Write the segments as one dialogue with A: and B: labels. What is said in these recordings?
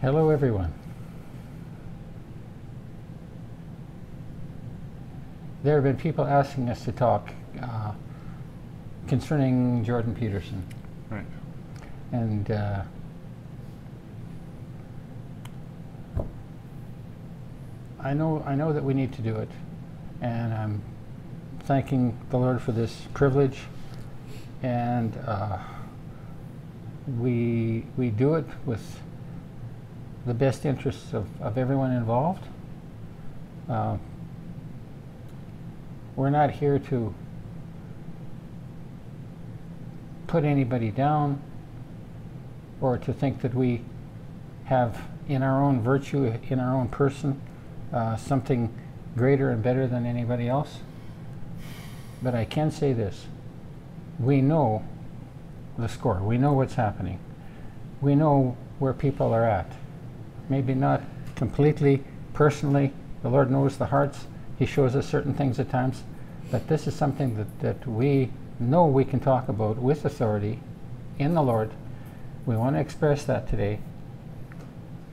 A: Hello, everyone. There have been people asking us to talk uh, concerning Jordan Peterson,
B: Right.
A: and uh, I know I know that we need to do it, and I'm thanking the Lord for this privilege, and uh, we we do it with the best interests of, of everyone involved. Uh, we're not here to put anybody down or to think that we have in our own virtue, in our own person, uh, something greater and better than anybody else. But I can say this we know the score, we know what's happening, we know where people are at maybe not completely personally. The Lord knows the hearts. He shows us certain things at times. But this is something that, that we know we can talk about with authority in the Lord. We want to express that today.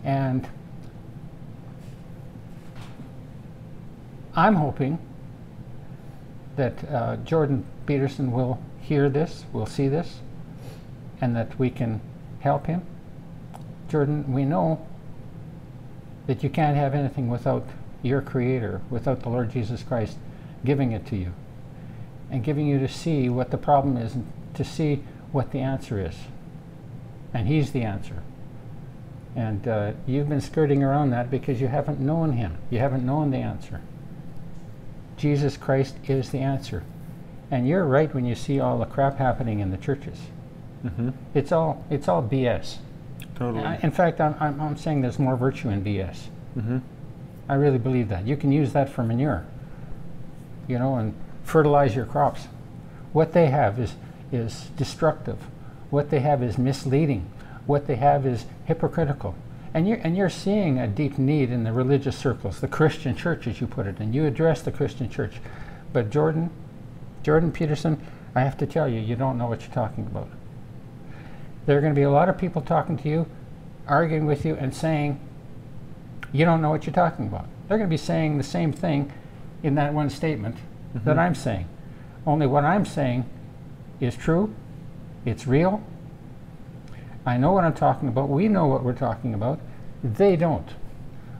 A: And I'm hoping that uh, Jordan Peterson will hear this, will see this, and that we can help him. Jordan, we know that you can't have anything without your Creator, without the Lord Jesus Christ giving it to you and giving you to see what the problem is and to see what the answer is. And He's the answer. And uh, you've been skirting around that because you haven't known Him, you haven't known the answer. Jesus Christ is the answer. And you're right when you see all the crap happening in the churches.
B: Mm-hmm.
A: It's all, it's all BS.
B: Totally.
A: I- In fact, I'm, I'm, I'm saying there's more virtue in BS.
B: mm-hmm.
A: I really believe that. You can use that for manure, you know, and fertilize your crops. What they have is, is destructive. What they have is misleading. What they have is hypocritical. And you're, and you're seeing a deep need in the religious circles, the Christian church, as you put it, and you address the Christian church. But Jordan, Jordan Peterson, I have to tell you, you don't know what you're talking about. There are going to be a lot of people talking to you, arguing with you, and saying, you don't know what you're talking about. They're going to be saying the same thing in that one statement that I'm saying. Only what I'm saying is true, it's real. I know what I'm talking about. We know what we're talking about. They don't.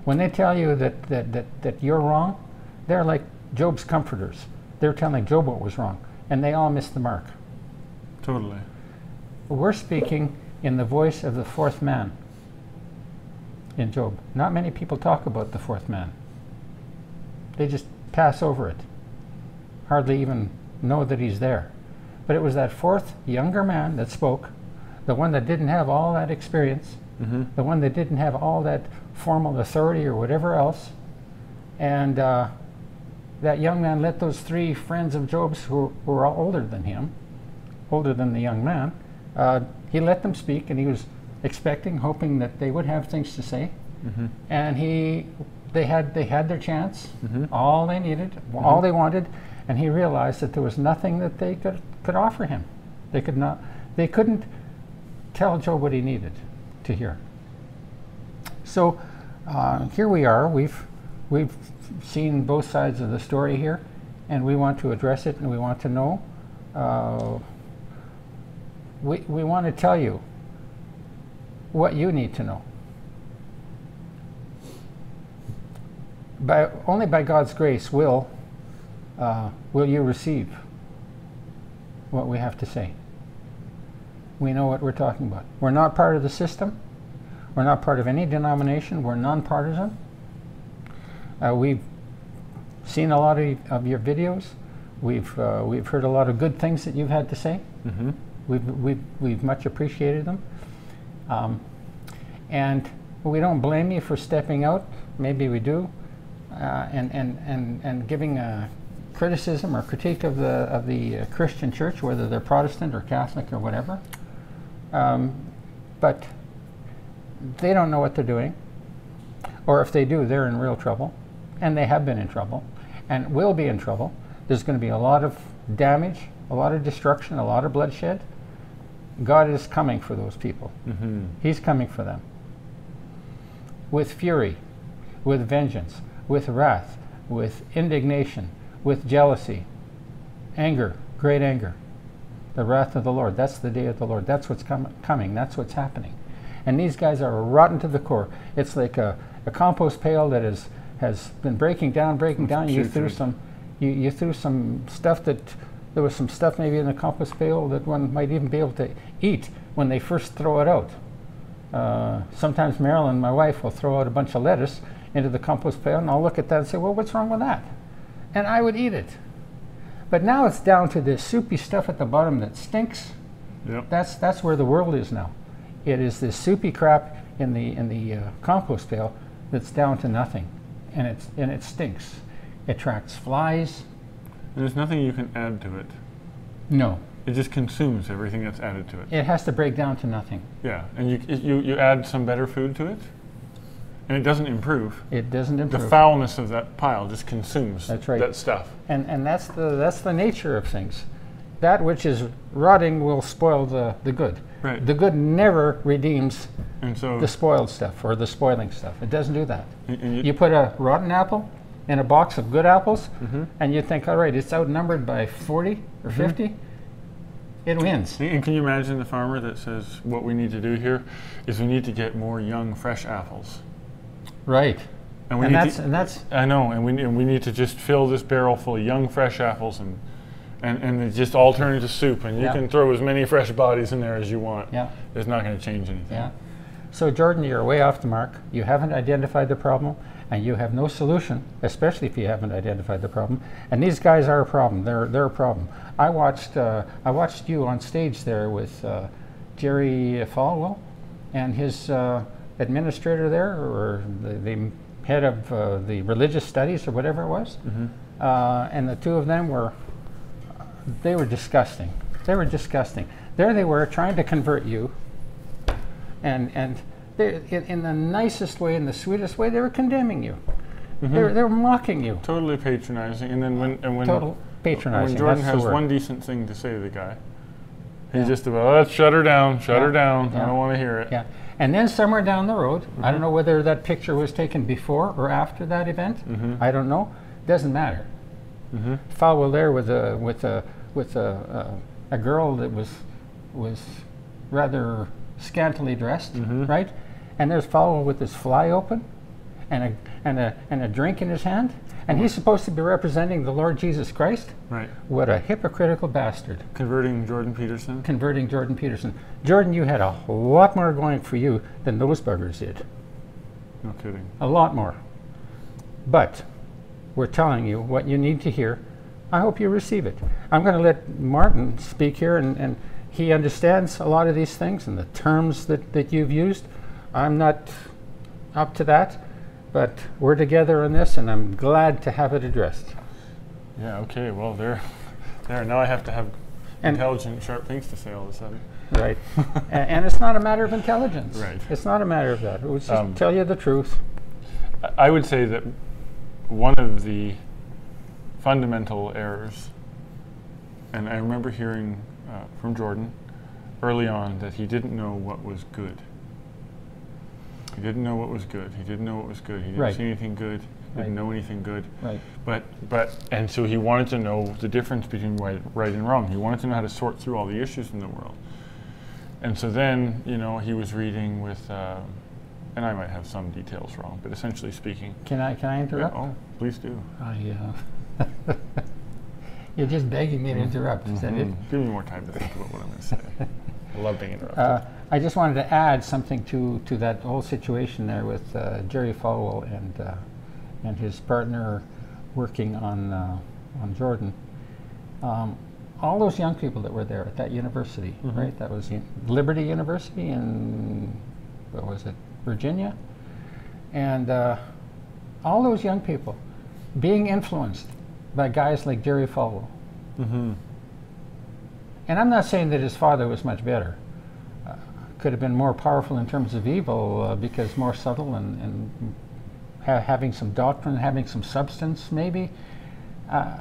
A: When they tell you that, that, that, that you're wrong, they're like Job's comforters. They're telling Job what was wrong, and they all miss the mark.
B: Totally.
A: We're speaking in the voice of the fourth man in Job. Not many people talk about the fourth man, they just pass over it, hardly even know that he's there. But it was that fourth younger man that spoke, the one that didn't have all that experience,
B: Mm-hmm.
A: the one that didn't have all that formal authority or whatever else. And uh, that young man let those three friends of Job's, who were all older than him, older than the young man, uh, he let them speak, and he was expecting, hoping that they would have things to say. And he, they had, they had their chance, all they needed, all they wanted, and he realized that there was nothing that they could, could offer him. They could not, they couldn't tell Job what he needed to hear. So uh, here we are. We've we've seen both sides of the story here, and we want to address it, and we want to know. Uh, we we want to tell you what you need to know. By only by God's grace will uh, will you receive what we have to say. We know what we're talking about. We're not part of the system. We're not part of any denomination. We're nonpartisan. Uh, we've seen a lot of, of your videos. We've, uh, we've heard a lot of good things that you've had to say.
B: Mm-hmm.
A: We've, we've, we've much appreciated them. Um, and we don't blame you for stepping out. Maybe we do. Uh, and, and, and, and giving a criticism or critique of the, of the uh, Christian church, whether they're Protestant or Catholic or whatever. Um, but they don't know what they're doing. Or if they do, they're in real trouble. And they have been in trouble and will be in trouble. There's going to be a lot of damage, a lot of destruction, a lot of bloodshed. God is coming for those people.
B: Mm-hmm.
A: He's coming for them. with fury, with vengeance, with wrath, with indignation, with jealousy, anger, great anger. The wrath of the Lord. That's the day of the Lord. That's what's com- coming. That's what's happening. And these guys are rotten to the core. It's like a, a compost pail that is, has been breaking down, breaking
B: It's
A: down. You threw
B: putrid.
A: some, you, you threw some stuff that there was some stuff maybe in the compost pail that one might even be able to eat when they first throw it out. Uh, sometimes Marilyn, my wife, will throw out a bunch of lettuce into the compost pail, and I'll look at that and say, "Well, what's wrong with that?" And I would eat it. But now it's down to this soupy stuff at the bottom that stinks.
B: Yep.
A: That's that's where the world is now. It is this soupy crap in the in the uh, compost pail that's down to nothing, and it's and it stinks. It attracts flies.
B: And there's nothing you can add to it.
A: No,
B: It just consumes everything that's added to it.
A: it has to break down to nothing.
B: Yeah. And you, you, you add some better food to it, and it doesn't improve.
A: It doesn't
B: The
A: improve.
B: foulness of that pile just consumes
A: That's right.
B: that stuff.
A: and and that's the that's the nature of things. That which is rotting will spoil the the good.
B: Right.
A: The good never redeems
B: and so,
A: the spoiled stuff or the spoiling stuff. It doesn't do that.
B: and- and you-
A: You put a rotten apple in a box of good apples, and you think, all right, it's outnumbered by 40 or 50. It wins.
B: And and can you imagine the farmer that says, "What we need to do here is we need to get more young, fresh apples,
A: Right.
B: and we
A: And
B: need
A: that's,
B: to,
A: and that's,
B: I know, and we and we need to just fill this barrel full of young, fresh apples, and and and it just all turn into soup, and you
A: Yeah.
B: can throw as many fresh bodies in there as you want.
A: yeah,
B: It's not going to change anything.
A: yeah. So, Jordan, you're way off the mark. You haven't identified the problem, and you have no solution, especially if you haven't identified the problem. And these guys are a problem. They're, they're a problem. I watched, uh, I watched you on stage there with uh, Jerry Falwell and his uh, administrator there, or the, the head of uh, the religious studies or whatever it was. Uh, and the two of them were, they were disgusting. They were disgusting. There they were trying to convert you, and and they, in, in the nicest way, in the sweetest way, they were condemning you. They, were, they were mocking you.
B: Totally patronizing, and then when Mm-hmm. and when
A: Total patronizing.
B: when Jordan
A: that's
B: has
A: the word.
B: one decent thing to say to the guy, he's
A: Yeah.
B: just about "Let's shut her down, shut her
A: Yeah.
B: down. I
A: Yeah.
B: don't want to hear it.
A: Yeah. And then somewhere down the road, I don't know whether that picture was taken before or after that event. I don't know. Doesn't matter. Falwell there with a with a with a, uh, a, a girl that was was rather scantily dressed, right? And there's Falwell with his fly open, and a and a and a drink in his hand, and he's supposed to be representing the Lord Jesus Christ.
B: Right?
A: What a hypocritical bastard!
B: Converting Jordan Peterson.
A: converting Jordan Peterson. Jordan, you had a lot more going for you than those buggers did.
B: No kidding.
A: A lot more. But we're telling you what you need to hear. I hope you receive it. I'm going to let Martin speak here, and, and he understands a lot of these things and the terms that, that you've used. I'm not up to that, but we're together on this, and I'm glad to have it addressed.
B: Yeah, okay, well, there, there. Now I have to have
A: And-
B: intelligent, sharp things to say all of a sudden.
A: Right. and, and it's not a matter of intelligence.
B: Right.
A: It's not a matter of that. It was just
B: Um,
A: tell you the truth.
B: I- I would say that one of the fundamental errors, and I remember hearing uh, from Jordan early on that he didn't know what was good. He didn't know what was good. He didn't know what was good. He didn't
A: Right.
B: see anything good.
A: Right.
B: Didn't know anything good.
A: Right.
B: But but and so he wanted to know the difference between right, right and wrong. He wanted to know how to sort through all the issues in the world. And so then you know he was reading with, uh, and I might have some details wrong, but essentially speaking,
A: Can I can I interrupt?
B: oh please do.
A: I, uh, you're just begging me to interrupt. Is that it?
B: Mm, Give me more time to think about what I'm going to say. I love being interrupted.
A: Uh, I just wanted to add something to, to that whole situation there with uh, Jerry Falwell and uh, and his partner working on uh, on Jordan. Um, all those young people that were there at that university, right? That was U- Liberty University in what was it, Virginia, and uh, all those young people being influenced by guys like Jerry Falwell.
B: mm-hmm.
A: And I'm not saying that his father was much better. Uh, could have been more powerful in terms of evil uh, because more subtle and, and ha- having some doctrine, having some substance, maybe. Uh,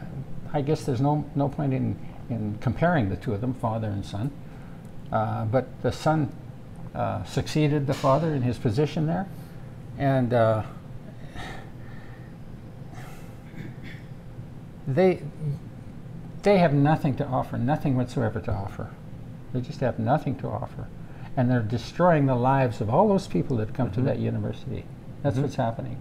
A: I guess there's no, no point in, in comparing the two of them, father and son. Uh, but the son uh, succeeded the father in his position there. and uh, they they have nothing to offer, nothing whatsoever to offer. They just have nothing to offer, and they're destroying the lives of all those people that come to that university. That's what's happening,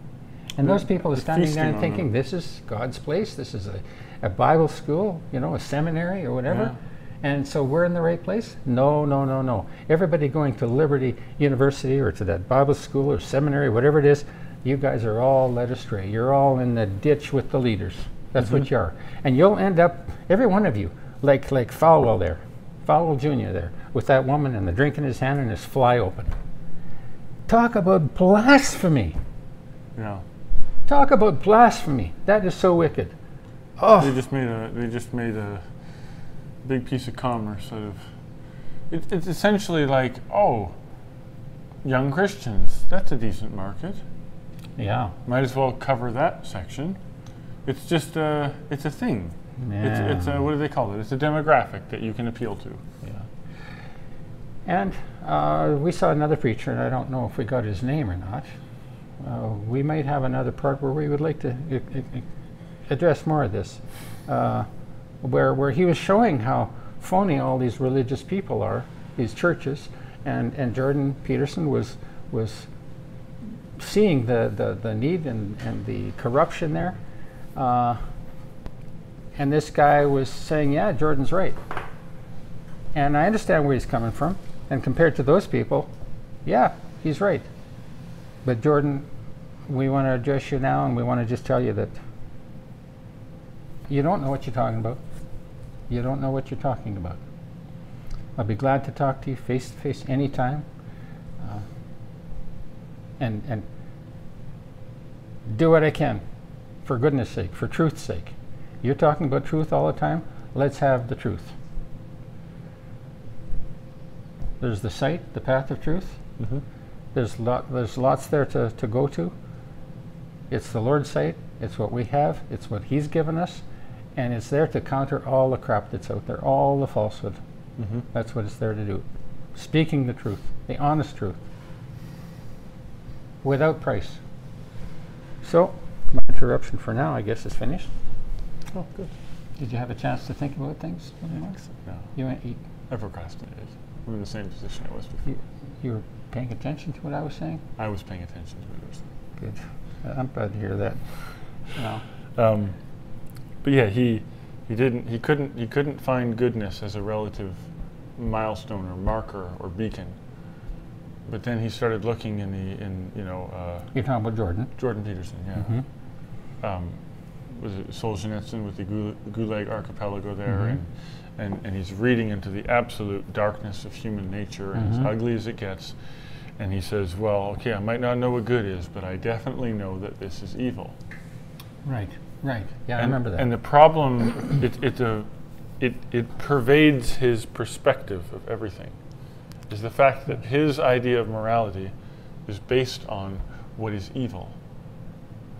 A: and those people are
B: Mm-hmm. they're
A: standing there and
B: feasting on
A: thinking, "This is God's place. This is a, a Bible school, you know, a seminary or whatever." And so we're in the right place? No, no, no, no. Everybody going to Liberty University or to that Bible school or seminary, whatever it is, you guys are all led astray. You're all in the ditch with the leaders. That's what you are. And you'll end up, every one of you, like like Falwell there, Falwell Jr. there, with that woman and the drink in his hand and his fly open. Talk about blasphemy.
B: Yeah.
A: Talk about blasphemy. That is so wicked. Oh.
B: They just made a they just made a big piece of commerce out of it, it's essentially like oh young Christians that's a decent market
A: Yeah.
B: might as well cover that section it's just a it's a thing it's, it's a, what do they call it it's a demographic that you can appeal to
A: And uh, we saw another preacher, and I don't know if we got his name or not. Uh, we might have another part where we would like to i- i- i- address more of this, uh, where where he was showing how phony all these religious people are, these churches, and and Jordan Peterson was was seeing the the, the need and and the corruption there. Uh, and this guy was saying, "Yeah, Jordan's right." And I understand where he's coming from. And compared to those people, yeah, he's right. But Jordan, we want to address you now and we want to just tell you that you don't know what you're talking about. You don't know what you're talking about. I'll be glad to talk to you face to face anytime. Uh, and, and do what I can, for goodness sake, for truth's sake. You're talking about truth all the time. Let's have the truth. There's the site, the path of truth.
B: Mhm.
A: There's lot, there's lots there to, to go to. It's the Lord's site. It's what we have. It's what He's given us, and it's there to counter all the crap that's out there, all the falsehood.
B: Mhm.
A: That's what it's there to do. Speaking the truth, the honest truth, without price. So, my interruption for now, I guess, is finished.
B: oh good
A: Did you have a chance to think about things? anymore?
B: no
A: You, ain't- you,
B: I procrastinated I'm in the same position I was before
A: you, you were paying attention to what I was saying?
B: I was paying attention to what I was saying.
A: Good. I'm glad to hear that. No.
B: Um, but yeah, he he didn't he couldn't he couldn't find goodness as a relative milestone or marker or beacon. But then he started looking in the in you know uh,
A: You're talking about Jordan.
B: Jordan Peterson, yeah.
A: Mm-hmm.
B: Um, was it Solzhenitsyn with the Gul- Gulag Archipelago there,
A: Mm-hmm.
B: and, and and he's reading into the absolute darkness of human nature, and
A: Mm-hmm.
B: as ugly as it gets. And he says, "Well, okay, I might not know what good is, but I definitely know that this is evil."
A: Right. Right. Yeah, I
B: And-
A: remember that.
B: And the problem, it, it, uh, it, it pervades his perspective of everything, is the fact that his idea of morality is based on what is evil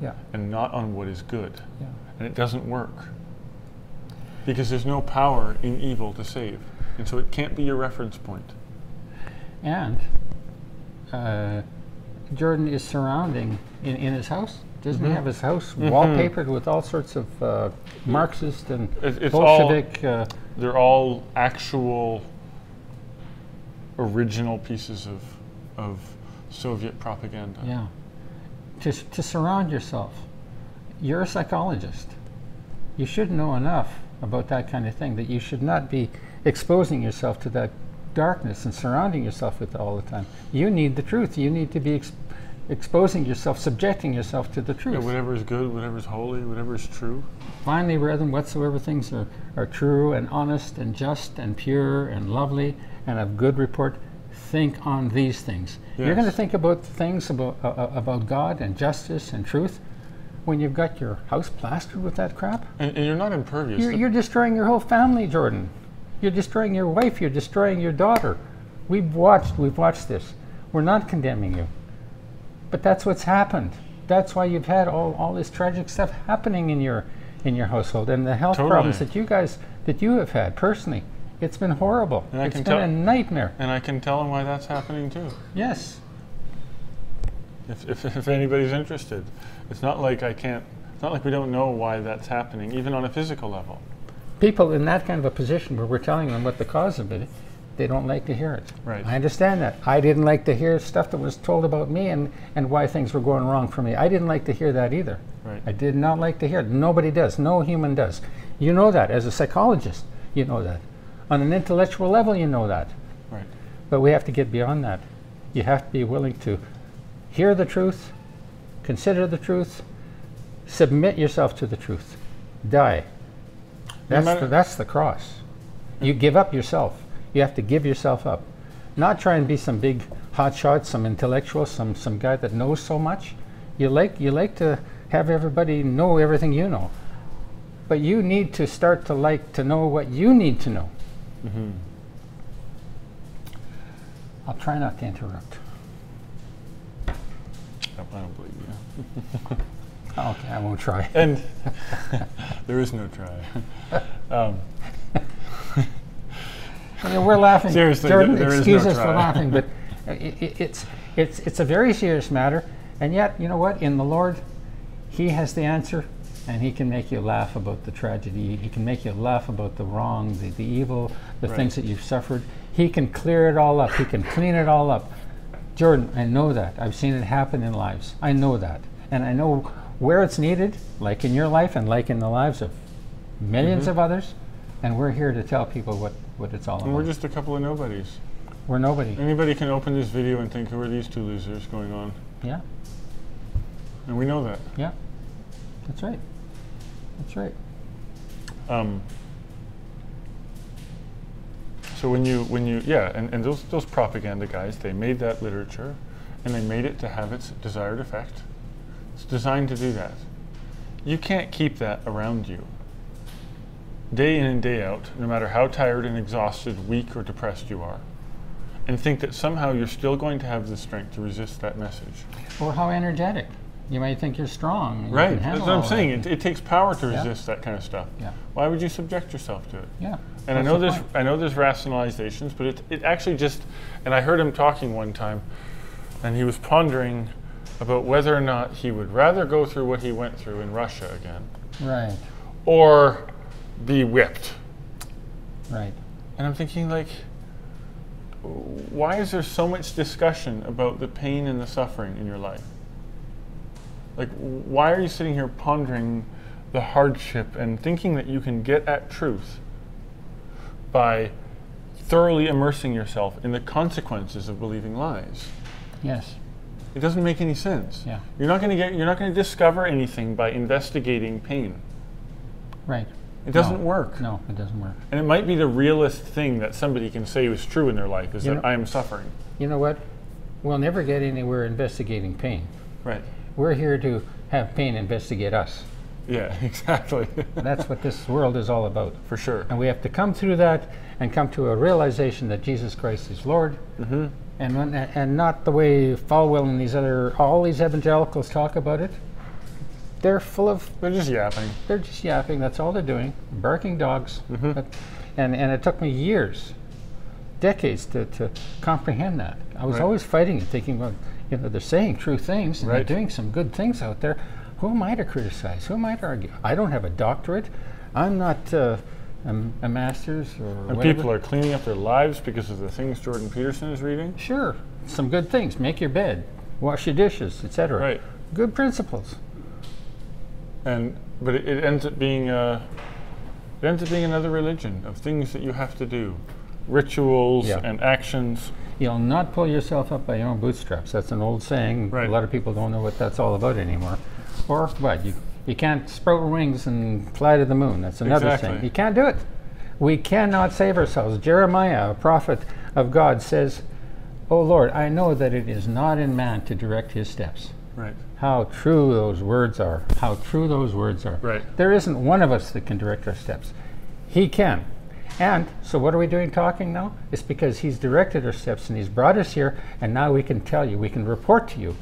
A: yeah.
B: and not on what is good.
A: Yeah.
B: And it doesn't work. Because there's no power in evil to save. And so it can't be your reference point.
A: And uh, Jordan is surrounding in, in his house. Doesn't
B: Mm-hmm.
A: he have his house wallpapered with all sorts of uh, Marxist and
B: It- it's all-
A: Bolshevik? uh,
B: They're all actual original pieces of, of Soviet propaganda.
A: yeah. To, s- to surround yourself. You're a psychologist. You should know enough about that kind of thing that you should not be exposing yourself to that darkness and surrounding yourself with it all the time. You need the truth. You need to be ex- exposing yourself, subjecting yourself to the truth.
B: Yeah, whatever is good, whatever is holy, whatever is true.
A: Finally, brethren, whatsoever things are, are true and honest and just and pure and lovely and of good report, think on these things. You're going to
B: Yes.
A: think about things about, uh, uh, about God and justice and truth when you've got your house plastered with that crap.
B: And, and you're not impervious.
A: You're,
B: The-
A: you're destroying your whole family, Jordan. You're destroying your wife. You're destroying your daughter. We've watched. We've watched this. We're not condemning you, but that's what's happened. That's why you've had all, all this tragic stuff happening in your in your household and the health problems
B: Totally.
A: that you guys that you have had personally. It's been horrible.
B: And I
A: it's
B: can
A: been
B: tell-
A: a nightmare.
B: and I can tell him why that's happening too.
A: Yes.
B: if, if, if anybody's interested. It's not like I can't, it's not like we don't know why that's happening, even on a physical level.
A: People in that kind of a position where we're telling them what the cause of it, they don't like to hear it.
B: Right.
A: I understand that. I didn't like to hear stuff that was told about me and, and why things were going wrong for me. I didn't like to hear that either.
B: Right.
A: I did not like to hear it. Nobody does. No human does. You know that. As a psychologist, you know that. On an intellectual level, you know that.
B: Right.
A: But we have to get beyond that. You have to be willing to hear the truth, consider the truth, submit yourself to the truth, die. That's,
B: matter-
A: the, that's the cross. You give up yourself. You have to give yourself up. Not try and be some big hotshot, some intellectual, some, some guy that knows so much. You like, you like to have everybody know everything you know. But you need to start to like to know what you need to know. I'll try not to interrupt.
B: I don't believe you.
A: Okay, I won't try.
B: And there is no try. um,
A: I mean, we're laughing.
B: Seriously,
A: Jordan,
B: there- there is
A: excuse
B: no
A: us for
B: try.
A: laughing, but i- i- it's it's it's a very serious matter. And yet, you know what? In the Lord, He has the answer, and He can make you laugh about the tragedy. He can make you laugh about the wrong, the, the evil, the
B: Right.
A: things that you've suffered. He can clear it all up. He can clean it all up. Jordan, I know that. I've seen it happen in lives. I know that, and I know where it's needed, like in your life, and like in the lives of 1000000s of others. And we're here to tell people what, what it's all about.
B: Mm-hmm. and we're just a couple of nobodies.
A: We're nobody.
B: Anybody can open this video and think, who are these two losers going on?
A: Yeah,
B: And we know that.
A: yeah. That's right. That's right.
B: Um, so when you when you yeah, and, and those those propaganda guys, they made that literature, and they made it to have its desired effect. It's designed to do that. You can't keep that around you. Day in and day out, no matter how tired and exhausted, weak or depressed you are, and think that somehow you're still going to have the strength to resist that message.
A: Or how energetic. You might think you're strong. and you
B: Right.
A: can
B: That's
A: handle
B: what
A: all
B: I'm
A: that.
B: saying. It, it takes power to
A: Yeah.
B: resist that kind of stuff.
A: Yeah.
B: Why would you subject yourself to it?
A: Yeah.
B: And I
A: That's
B: know
A: the
B: there's
A: point.
B: I know there's rationalizations, but it it actually just and I heard him talking one time, and he was pondering about whether or not he would rather go through what he went through in Russia again
A: Right.
B: or be whipped.
A: Right.
B: And I'm thinking like why is there so much discussion about the pain and the suffering in your life? Like why are you sitting here pondering the hardship and thinking that you can get at truth by thoroughly immersing yourself in the consequences of believing lies?
A: Yes.
B: It doesn't make any sense.
A: Yeah.
B: You're not going to get you're not going to discover anything by investigating pain.
A: Right.
B: It doesn't work.
A: No, it doesn't work.
B: And it might be the realest thing that somebody can say is true in their life is
A: You
B: that
A: know-
B: I am suffering.
A: You know what? We'll never get anywhere investigating pain.
B: Right.
A: We're here to have pain investigate us.
B: Yeah, exactly.
A: That's what this world is all about.
B: For sure.
A: And we have to come through that and come to a realization that Jesus Christ is Lord. And, when, and not the way Falwell and these other, all these evangelicals talk about it. They're full of,
B: They're just yapping.
A: they're just yapping. That's all they're doing, barking dogs.
B: Mm-hmm.
A: But- and, and it took me years, decades to, to comprehend that. I was
B: Right.
A: always fighting it, thinking, well, you know, they're saying true things and
B: Right.
A: they're doing some good things out there. Who am I to criticize? Who am I to argue? I don't have a doctorate. I'm not uh, a, a master's or
B: And
A: whatever.
B: people are cleaning up their lives because of the things Jordan Peterson is reading.
A: Sure, some good things. Make your bed, wash your dishes, etc.
B: Right.
A: Good principles.
B: And but it, it ends up being a, it ends up being another religion of things that you have to do, rituals
A: Yeah.
B: and actions.
A: You'll not pull yourself up by your own bootstraps. That's an old saying.
B: Right.
A: A lot of people don't know what that's all about anymore. Or what? You, you can't sprout wings and fly to the moon. That's another
B: Exactly.
A: thing. You can't do it. We cannot save ourselves. Jeremiah, a prophet of God, says, O Lord, I know that it is not in man to direct his steps.
B: Right.
A: How true those words are. How true those words are.
B: Right.
A: There isn't one of us that can direct our steps. He can. And so, what are we doing talking now? It's because He's directed our steps and He's brought us here, and now we can tell you, we can report to you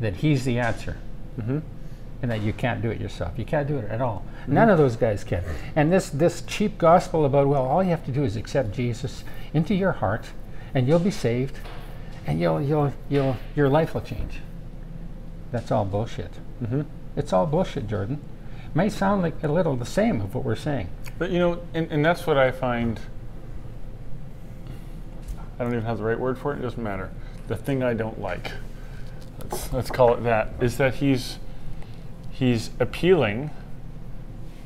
A: that He's the answer. And that you can't do it yourself. You can't do it at all. None of those guys can. And this, this cheap gospel about, well, all you have to do is accept Jesus into your heart, and you'll be saved, and you'll, you'll, you'll, your life will change. That's all bullshit.
B: Mm-hmm.
A: It's all bullshit, Jordan. May sound like a little the same of what we're saying.
B: But you know, and, and that's what I find. I don't even have the right word for it. It doesn't matter. The thing I don't like, let's, let's call it that, is that he's he's appealing.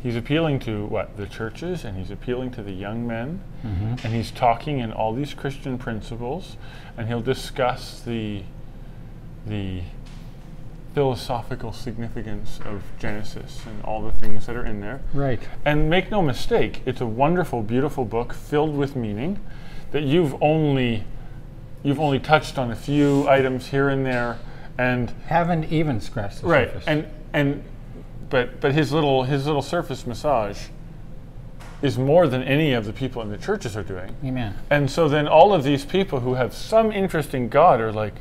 B: He's appealing to what the churches, and he's appealing to the young men, and he's talking in all these Christian principles, and he'll discuss the the philosophical significance of Genesis and all the things that are in there.
A: Right.
B: And make no mistake, it's a wonderful, beautiful book filled with meaning that you've only you've only touched on a few items here and there and
A: Haven't even scratched the
B: right
A: surface.
B: and and but but his little his little surface massage is more than any of the people in the churches are doing.
A: Amen.
B: And so then all of these people who have some interest in God are like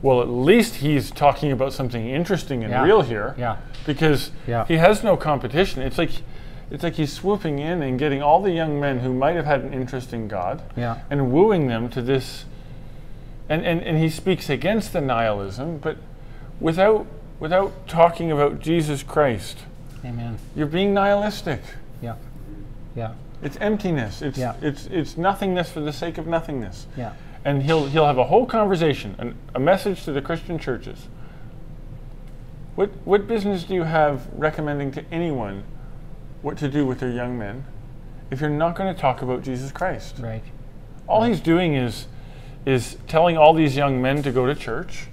B: well, at least he's talking about something interesting and
A: Yeah.
B: real here
A: Yeah.
B: because
A: Yeah.
B: he has no competition. It's like it's like he's swooping in and getting all the young men who might have had an interest in God
A: Yeah.
B: and wooing them to this and, and, and he speaks against the nihilism, but without without talking about Jesus Christ,
A: Amen.
B: you're being nihilistic.
A: Yeah. Yeah.
B: It's emptiness. It's
A: Yeah.
B: it's it's nothingness for the sake of nothingness.
A: Yeah.
B: And he'll he'll have a whole conversation, an, a message to the Christian churches. What what business do you have recommending to anyone what to do with their young men if you're not going to talk about Jesus Christ?
A: Right.
B: All he's doing is is telling all these young men to go to church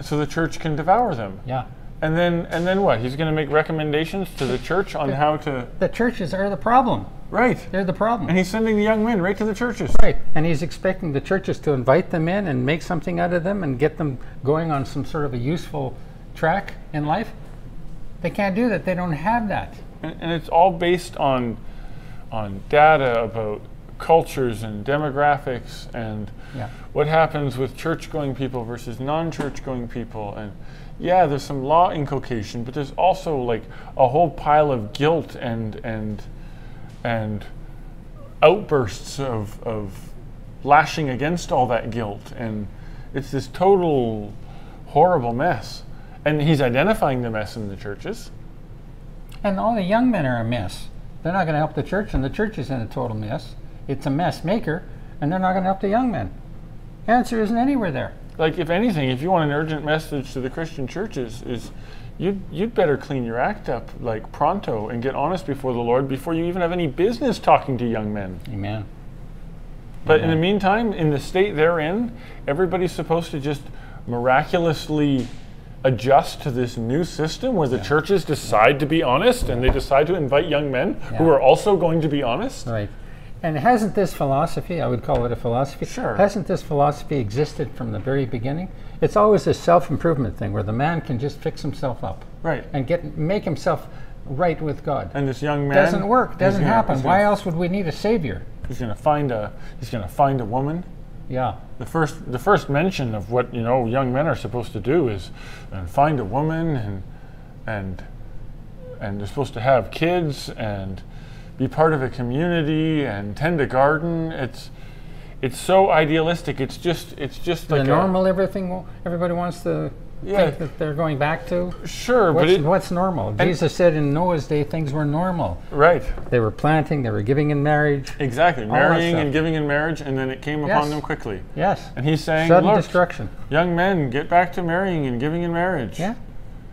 B: so the church can devour them.
A: Yeah.
B: And then and then what? He's going to make recommendations to the church on how to
A: The churches are the problem.
B: Right.
A: They're the problem.
B: And he's sending the young men right to the churches.
A: Right, and he's expecting the churches to invite them in and make something out of them and get them going on some sort of a useful track in life. They can't do that. They don't have that.
B: and, and it's all based on on data about cultures and demographics and
A: Yeah.
B: what happens with church-going people versus non-church-going people and yeah there's some law inculcation but there's also like a whole pile of guilt and and and outbursts of of lashing against all that guilt and it's this total horrible mess and he's identifying the mess in the churches
A: And all the young men are a mess. They're not going to help the church, and the church is in a total mess. It's a mess maker, and they're not going to help the young men. Answer isn't anywhere there.
B: like if anything, if you want an urgent message to the Christian churches, is you'd you'd better clean your act up like pronto and get honest before the Lord before you even have any business talking to young men.
A: Amen.
B: But in the meantime, in the state they're in, everybody's supposed to just miraculously adjust to this new system where the churches decide to be honest and they decide to invite young men who
A: Yeah.
B: are also going to be honest.
A: Right. And hasn't this philosophy, I would call it a philosophy,
B: Sure.
A: hasn't this philosophy existed from the very beginning? It's always a self improvement thing where the man can just fix himself up.
B: Right.
A: and get make himself right with God.
B: And this young man
A: doesn't work.
B: he's
A: Doesn't
B: gonna-
A: happen.
B: he's
A: Why
B: gonna-
A: else would we need a savior?
B: He's going to find a he's going to find a woman
A: Yeah,
B: The first, the first mention of what you know young men are supposed to do is and find a woman and and and they're supposed to have kids and be part of a community and tend a garden. It's it's so idealistic. It's just it's just
A: the
B: like a-
A: normal everything. wo- Everybody wants to
B: Yeah.
A: think that they're going back to.
B: sure, but
A: What's,
B: it,
A: what's normal? Jesus said in Noah's day things were normal.
B: right
A: They were planting. They were giving in marriage.
B: exactly
A: that
B: marrying
A: stuff.
B: and giving in marriage, and then it came
A: Yes.
B: upon them quickly.
A: Yes.
B: And he's saying,
A: Sudden
B: look,
A: destruction.
B: young men, get back to marrying and giving in marriage.
A: Yeah.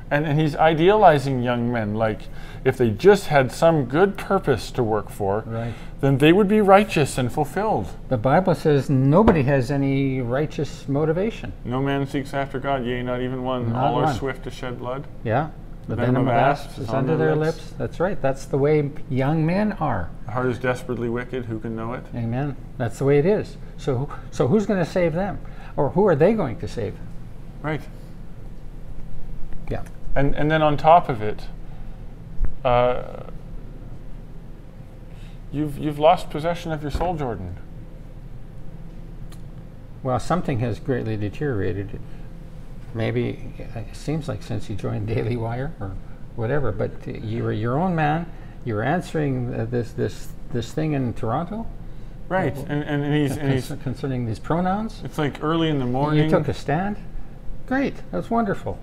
B: And, and he's idealizing young men, like if they just had some good purpose to work for,
A: Right.
B: then they would be righteous and fulfilled.
A: The Bible says nobody has any righteous motivation.
B: No man seeks after God, yea, not even one.
A: Not
B: All are
A: one.
B: swift to shed blood.
A: Yeah. The
B: Venom
A: venom
B: of
A: of
B: asps
A: asps is under their lips. That's right. That's the way young men are.
B: The heart is desperately wicked, who can know it?
A: Amen. That's the way it is. So, so who's going to save them, or who are they going to save?
B: Right.
A: Yeah.
B: And, and then on top of it, uh, you've, you've lost possession of your soul, Jordan.
A: Well, something has greatly deteriorated. Maybe uh, it seems like since you joined Daily Wire or whatever, but you were your own man. You were answering uh, this this this thing in Toronto
B: Right. And, and, and he's, and he's
A: concer- concerning these pronouns.
B: it's like early in the morning.
A: You took a stand. Great, that's wonderful.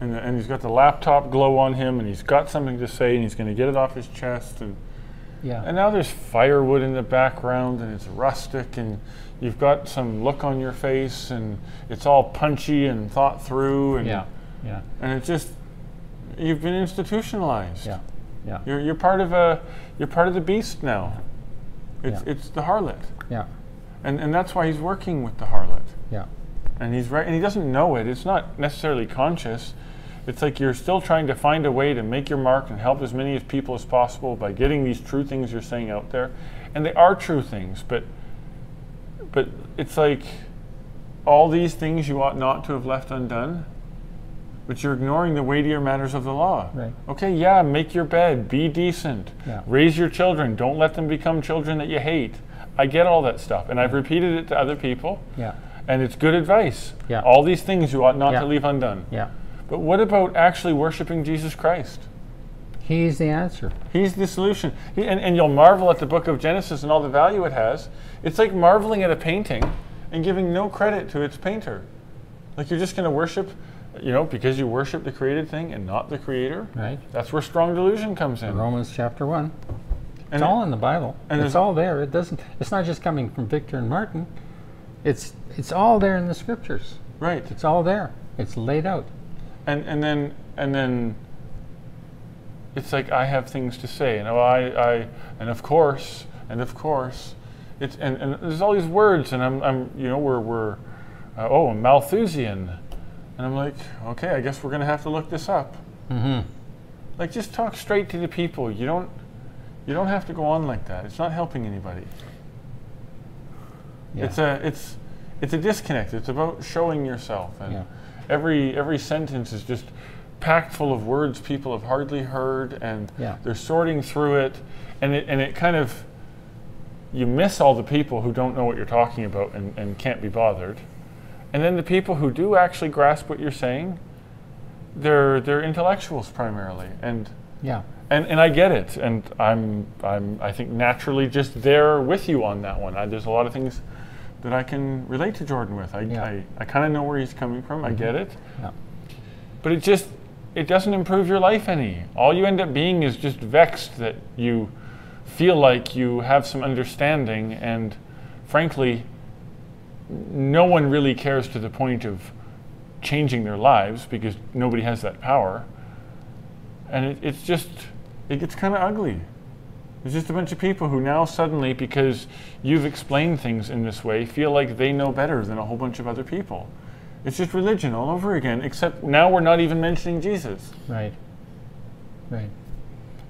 B: and, and he's got the laptop glow on him, and he's got something to say, and he's going to get it off his chest, and
A: Yeah,
B: and now there's firewood in the background, and it's rustic, and you've got some look on your face, and it's all punchy and thought through, and
A: yeah, yeah,
B: and it's just you've been institutionalized.
A: yeah, yeah,
B: You're you're part of a you're part of the beast now. It's
A: Yeah.
B: it's the harlot,
A: yeah,
B: and and that's why he's working with the harlot,
A: yeah,
B: and he's right, and he doesn't know it. It's not necessarily conscious. It's like you're still trying to find a way to make your mark and help as many as people as possible by getting these true things you're saying out there, and they are true things, but but it's like all these things you ought not to have left undone. But you're ignoring the weightier matters of the law.
A: Right.
B: Okay, yeah, make your bed, be decent,
A: Yeah.
B: raise your children, don't let them become children that you hate. I get all that stuff, and I've repeated it to other people,
A: yeah,
B: and it's good advice.
A: Yeah.
B: All these things you ought not
A: Yeah.
B: to leave undone.
A: yeah.
B: But what about actually worshiping Jesus Christ?
A: He's the answer.
B: He's the solution. He- and, and you'll marvel at the book of Genesis and all the value it has. It's like marveling at a painting and giving no credit to its painter. Like you're just going to worship, you know, because you worship the created thing and not the creator.
A: Right.
B: That's where strong delusion comes in.
A: Romans chapter one.
B: And
A: It's all in the Bible.
B: and
A: it's
B: there's-
A: all there. It doesn't. It's not just coming from Victor and Martin. It's it's all there in the scriptures.
B: right.
A: It's all there. It's laid out.
B: And and then and then it's like I have things to say, and oh, I, I and of course, and of course, it's and, and there's all these words, and I'm, I'm you know we're we're uh, oh I'm Malthusian, and I'm like okay, I guess we're gonna have to look this up.
A: Mm-hmm.
B: Like just talk straight to the people. You don't you don't have to go on like that. It's not helping anybody.
A: Yeah.
B: It's a it's it's a disconnect. It's about showing yourself, and
A: Yeah.
B: every every sentence is just packed full of words people have hardly heard, and
A: Yeah.
B: they're sorting through it, and it and it kind of you miss all the people who don't know what you're talking about and, and can't be bothered, and then the people who do actually grasp what you're saying, they're they're intellectuals primarily, and
A: yeah.
B: and, and I get it, and I'm I'm I think naturally just there with you on that one. I, there's a lot of things that I can relate to Jordan with. I
A: Yeah. Mm-hmm.
B: I, I kind of know where he's coming from. I get it,
A: Yeah.
B: but it just it doesn't improve your life any. All you end up being is just vexed that you feel like you have some understanding, and frankly, no one really cares to the point of changing their lives because nobody has that power. And it, it's just, it gets kind of ugly. It's just a bunch of people who now suddenly, because you've explained things in this way, feel like they know better than a whole bunch of other people. It's just religion all over again, except now we're not even mentioning Jesus.
A: Right. Right.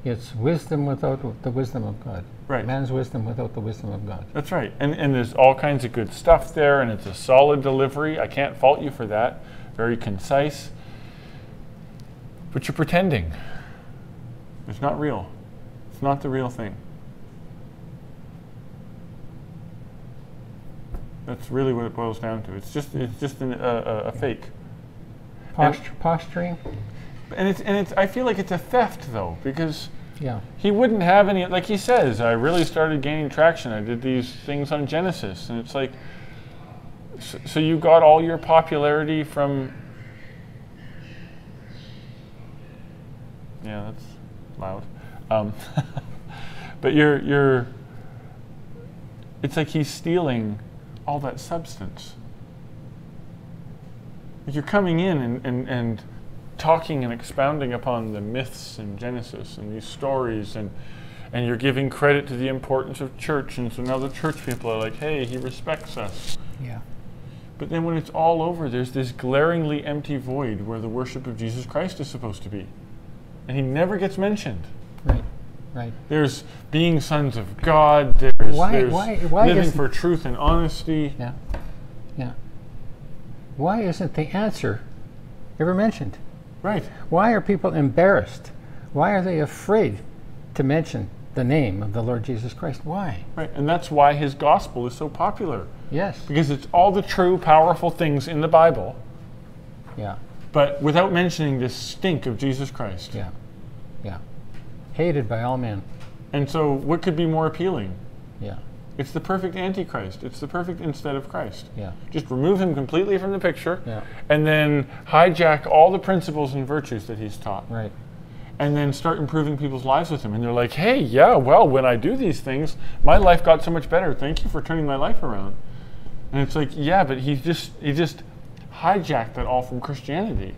A: It's wisdom without w- the wisdom of God.
B: Right.
A: Man's wisdom without the wisdom of God.
B: That's right. And, and there's all kinds of good stuff there, and it's a solid delivery. I can't fault you for that. Very concise. But you're pretending. It's not real. It's not the real thing. That's really what it boils down to. It's just, it's just an, a, a, a fake.
A: Posture, posturing.
B: And it's, and it's, I feel like it's a theft though, because
A: Yeah.
B: he wouldn't have any like he says i really started gaining traction i did these things on genesis and it's like so, so you got all your popularity from yeah that's loud um, but you're you're it's like he's stealing all that substance Like, you're coming in and, and, and talking and expounding upon the myths in Genesis and these stories and and you're giving credit to the importance of church and so now the church people are like, hey, he respects us.
A: Yeah.
B: But then when it's all over, there's this glaringly empty void where the worship of Jesus Christ is supposed to be. And he never gets mentioned.
A: Right. Right.
B: There's being sons of God, there's,
A: Why-
B: there's
A: why- why
B: living
A: isn't-
B: for truth and honesty.
A: Yeah. Yeah. Why isn't the answer ever mentioned?
B: Right.
A: Why are people embarrassed? Why are they afraid to mention the name of the Lord Jesus Christ? Why?
B: Right. And that's why his gospel is so popular.
A: Yes.
B: Because it's all the true, powerful things in the Bible.
A: Yeah.
B: but without mentioning this stink of Jesus Christ.
A: Yeah. Yeah. Hated by all men.
B: And so, what could be more appealing?
A: Yeah.
B: It's the perfect antichrist. It's the perfect instead of Christ.
A: Yeah.
B: Just remove him completely from the picture
A: Yeah.
B: and then hijack all the principles and virtues that he's taught
A: Right.
B: and then start improving people's lives with him. And they're like, hey, yeah, well, when I do these things, my life got so much better. Thank you for turning my life around. And it's like, yeah, but he just he just hijacked that all from Christianity.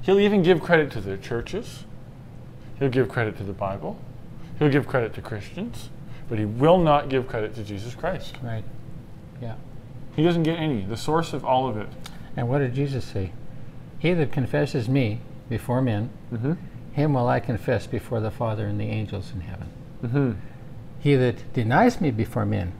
B: He'll even give credit to the churches. He'll give credit to the Bible. He'll give credit to Christians, but he will not give credit to Jesus Christ.
A: Right. Yeah.
B: He doesn't get any. The source of all of it.
A: And what did Jesus say? He that confesses me before men,
B: Mm-hmm.
A: him will I confess before the Father and the angels in heaven.
B: Mm-hmm.
A: He that denies me before men,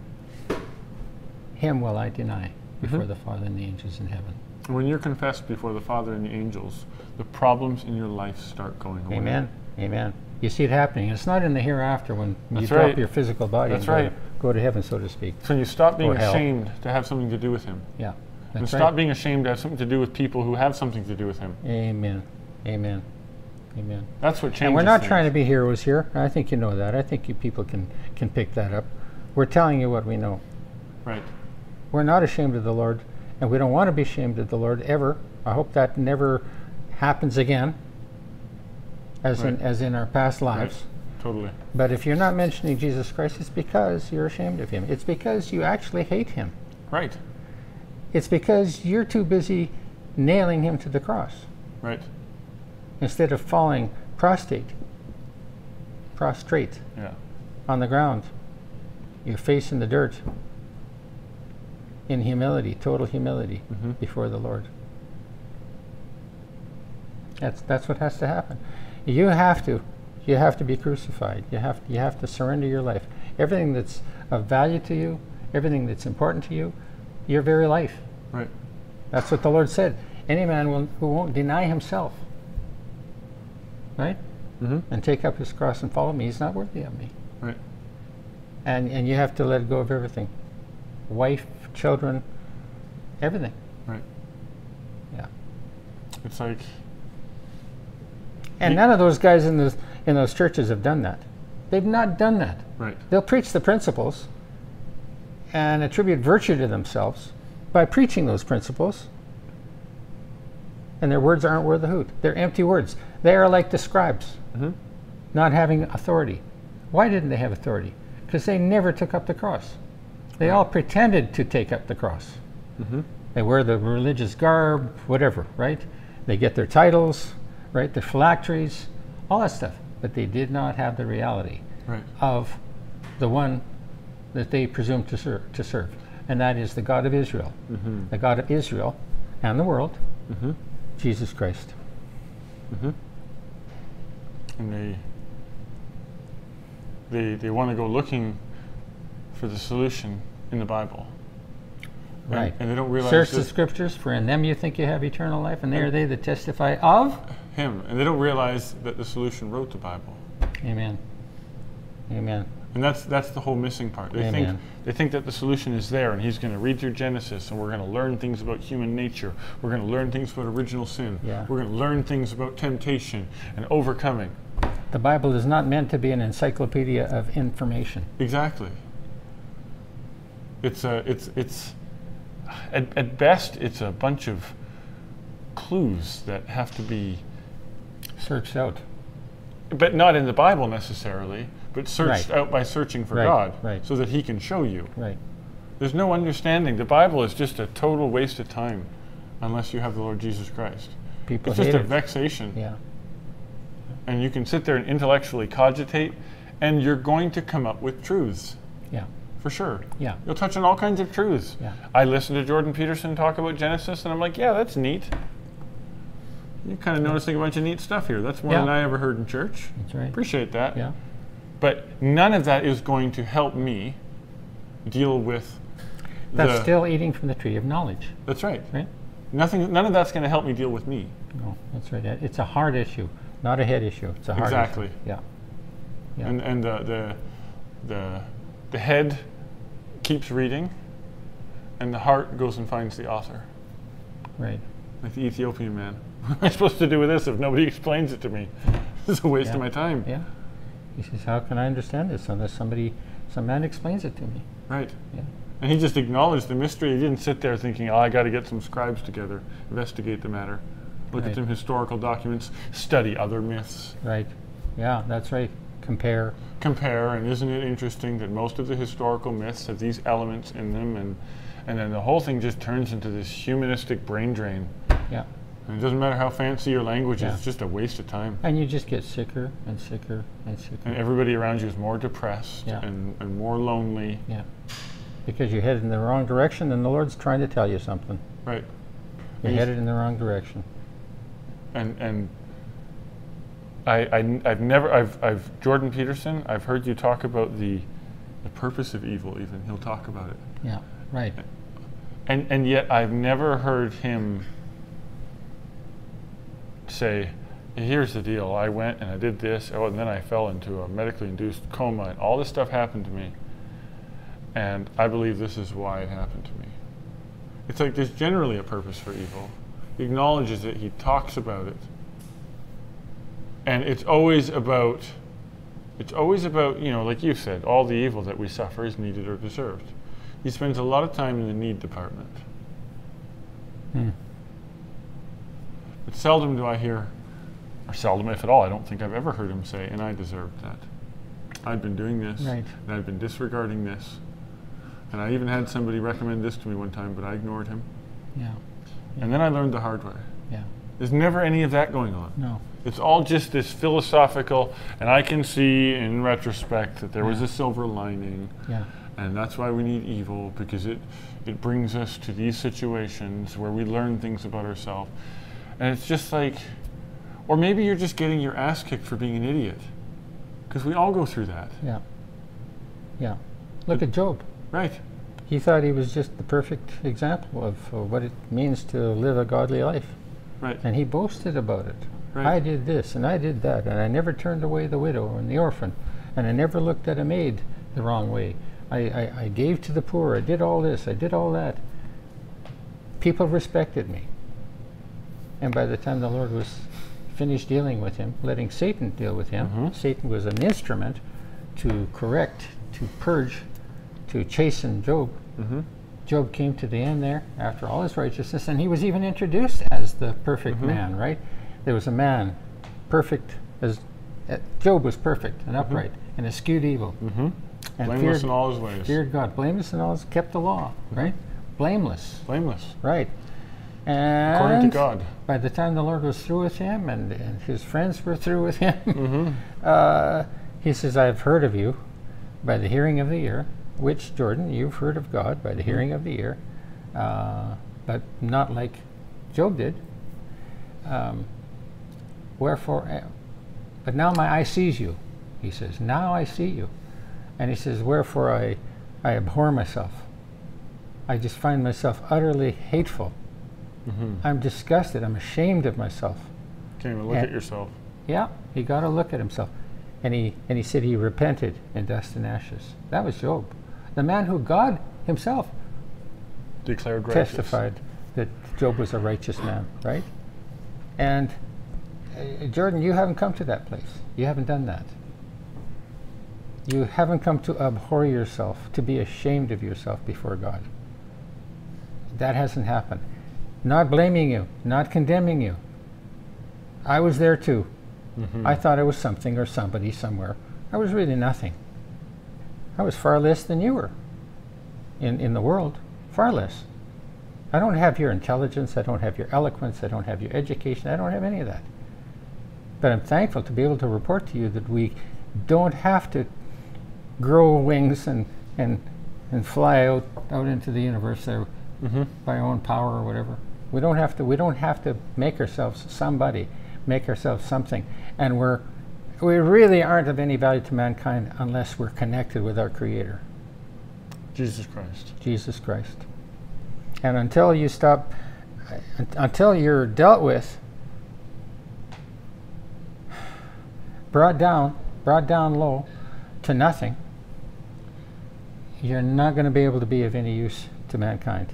A: him will I deny
B: Mm-hmm.
A: before the Father and the angels in heaven.
B: When you're confessed before the Father and the angels, the problems in your life start going away.
A: Amen. Amen. You see it happening. It's not in the hereafter when you
B: That's
A: drop
B: right.
A: your physical body
B: That's
A: and go,
B: right.
A: go to heaven, so to speak.
B: So you stop being
A: Or hell.
B: ashamed to have something to do with him.
A: Yeah.
B: And
A: That's
B: stop
A: right.
B: being ashamed to have something to do with people who have something to do with him.
A: Amen. Amen. Amen.
B: That's what changes.
A: And we're not
B: things.
A: trying to be heroes here. I think you know that. I think you people can, can pick that up. We're telling you what we know.
B: Right.
A: We're not ashamed of the Lord, and we don't want to be ashamed of the Lord ever. I hope that never happens again, as, in,
B: Right.
A: as in our past lives.
B: Totally.
A: But if you're not mentioning Jesus Christ, it's because you're ashamed of him. It's because you actually hate him.
B: Right.
A: It's because you're too busy nailing him to the cross
B: Right.
A: instead of falling prostrate, prostrate
B: Yeah.
A: on the ground, your face in the dirt, in humility, total humility before the Lord. That's that's what has to happen. You have to, you have to be crucified. You have you have to surrender your life. Everything that's of value to you, everything that's important to you, your very life.
B: Right.
A: That's what the Lord said. Any man will, who won't deny himself, right,
B: Mhm.
A: and take up his cross and follow me, he's not worthy of me
B: Right.
A: and and you have to let go of everything wife children everything
B: Right.
A: Yeah.
B: It's like
A: and
B: Ye-
A: none of those guys in those in those churches have done that they've not done that
B: right.
A: they'll preach the principles and attribute virtue to themselves by preaching those principles and their words aren't worth a hoot they're empty words they are like the scribes
B: Mhm.
A: not having authority why didn't they have authority because they never took up the cross they all pretended to take up the cross They wear the religious garb, whatever, right? They get their titles, right? The phylacteries, all that stuff. But they did not have the reality
B: Right.
A: of the one that they presume to serve, to serve and that is the God of Israel,
B: Mm-hmm.
A: the God of Israel and the world, Jesus Christ.
B: And they they they want to go looking for the solution in the Bible. And-
A: Right.
B: And, they don't realize
A: Search the
B: that-
A: scriptures, for in them you think you have eternal life, and they are they that testify of.
B: him, and they don't realize that the solution wrote the Bible.
A: Amen. Amen.
B: And that's that's the whole missing part. They
A: Amen.
B: think they think that the solution is there, and he's going to read through Genesis, and we're going to learn things about human nature. We're going to learn things about original sin.
A: Yeah.
B: We're going to learn things about temptation and overcoming.
A: The Bible is not meant to be an encyclopedia of information.
B: Exactly. It's a it's it's at, at best it's a bunch of clues that have to be,
A: Searched out.
B: but not in the Bible necessarily, but searched
A: Right.
B: out by searching for
A: Right,
B: God,
A: right.
B: so that He can show you.
A: Right.
B: There's no understanding. The Bible is just a total waste of time unless you have the Lord Jesus Christ.
A: People
B: It's
A: hate
B: just a
A: it.
B: vexation.
A: Yeah,
B: And you can sit there and intellectually cogitate, and you're going to come up with truths,
A: yeah,
B: for sure.
A: yeah,
B: You'll touch on all kinds of truths.
A: Yeah.
B: I listened to Jordan Peterson talk about Genesis, and I'm like, yeah, that's neat. You're kind of noticing a bunch of neat stuff here. That's more
A: Yeah.
B: than I ever heard in church.
A: that's right.
B: Appreciate that.
A: Yeah,
B: But none of that is going to help me deal with.
A: that's
B: the-
A: still eating from the tree of knowledge,
B: That's right.
A: right?
B: Nothing. None of that's going to help me deal with me.
A: No, Oh, that's right. It- It's a heart issue, not a head issue. It's a heart
B: Exactly.
A: issue. Yeah, Yeah.
B: And and the the the the head keeps reading, and the heart goes and finds the author,
A: right.
B: like the Ethiopian man. What am I supposed to do with this if nobody explains it to me? It's a waste
A: Yeah.
B: of my time.
A: Yeah. He says, "How can I understand this unless somebody Some man explains it to me.
B: Right.
A: Yeah.
B: And he just acknowledged the mystery. He didn't sit there thinking, oh, I got to get some scribes together, investigate the matter, look
A: Right.
B: at some historical documents, study other myths,
A: Right. Yeah, that's right. Compare.
B: compare. And isn't it interesting that most of the historical myths have these elements in them? And, and then the whole thing just turns into this humanistic brain drain.
A: Yeah.
B: And it doesn't matter how fancy your language
A: Yeah.
B: is, it's just a waste of time.
A: And you just get sicker and sicker and sicker.
B: And everybody around you is more depressed
A: Yeah.
B: and, and more lonely.
A: Yeah. Because you're headed in the wrong direction and the Lord's trying to tell you something.
B: Right.
A: You're
B: He's-
A: headed in the wrong direction.
B: and and I, I have never I've I've Jordan Peterson I've heard you talk about the the purpose of evil even he'll talk about it
A: Yeah. Right.
B: and and yet I've never heard him say here's the deal I went and I did this oh and then I fell into a medically induced coma and all this stuff happened to me and I believe this is why it happened to me it's like there's generally a purpose for evil he acknowledges it he talks about it and it's always about it's always about you know like you said all the evil that we suffer is needed or deserved he spends a lot of time in the need department
A: Hmm.
B: but seldom do i hear or seldom if at all i don't think i've ever heard him say and i deserved that i've been doing this
A: Right.
B: and i've been disregarding this and i even had somebody recommend this to me one time but i ignored him
A: Yeah.
B: and then i learned the hard way
A: Yeah.
B: there's never any of that going on
A: No.
B: It's all just this philosophical, and I can see in retrospect that there was
A: Yeah.
B: a silver lining,
A: Yeah.
B: and that's why we need evil because it it brings us to these situations where we learn things about ourselves, and it's just like, or maybe you're just getting your ass kicked for being an idiot, because we all go through that,
A: Yeah. Yeah. Look at Job.
B: right?
A: He thought he was just the perfect example of uh, what it means to live a godly life.
B: Right.
A: And he boasted about it.
B: Right.
A: I did this and I did that, and I never turned away the widow and the orphan, and I never looked at a maid the wrong way. I, I, I gave to the poor, I did all this, I did all that. People respected me. And by the time the Lord was finished dealing with him, letting Satan deal with him,
B: Mm-hmm.
A: Satan was an instrument to correct, to purge, to chasten Job.
B: Mm-hmm.
A: Job came to the end there after all his righteousness, and he was even introduced as the perfect
B: Mm-hmm.
A: man, right? There was a man, perfect as uh, Job was perfect and upright and eschewed evil. Mm-hmm. And
B: Mm-hmm. Blameless
A: feared,
B: in all Mm-hmm. his ways.
A: feared God. Blameless and all his kept the law, right? Blameless,
B: Blameless,
A: right? And
B: according to God.
A: by the time the Lord was through with him and, and his friends were through with him, uh, he says, I have heard of you by the hearing of the ear, which, Jordan, you've heard of God by the hearing of the ear, uh, but not like Job did. Um, Wherefore, uh, but now my eye sees you, he says, now I see you. And he says, Wherefore I, I abhor myself. I just find myself utterly hateful. I'm disgusted. I'm ashamed of myself.
B: Okay, well, look
A: Yeah.
B: at yourself.
A: Yeah, he got to look at himself. And he, and he said he repented in dust and ashes. That was Job. The man who God himself
B: Declared righteous.
A: testified that Job was a righteous man, right? And uh, Jordan, you haven't come to that place. You haven't done that. You haven't come to abhor yourself, to be ashamed of yourself before God. That hasn't happened. Not blaming you, not condemning you. I was there too. I thought I was something or somebody somewhere. I was really nothing. I was far less than you were in, in the world, far less. I don't have your intelligence, I don't have your eloquence, I don't have your education, I don't have any of that. But I'm thankful to be able to report to you that we don't have to grow wings and, and, and fly out, out into the universe there by our own power or whatever. We don't have to we don't have to make ourselves somebody, make ourselves something. And we're we really aren't of any value to mankind unless we're connected with our creator.
B: Jesus Christ.
A: Jesus Christ. And until you stop, un- until you're dealt with, brought down, brought down low to nothing, you're not going to be able to be of any use to mankind.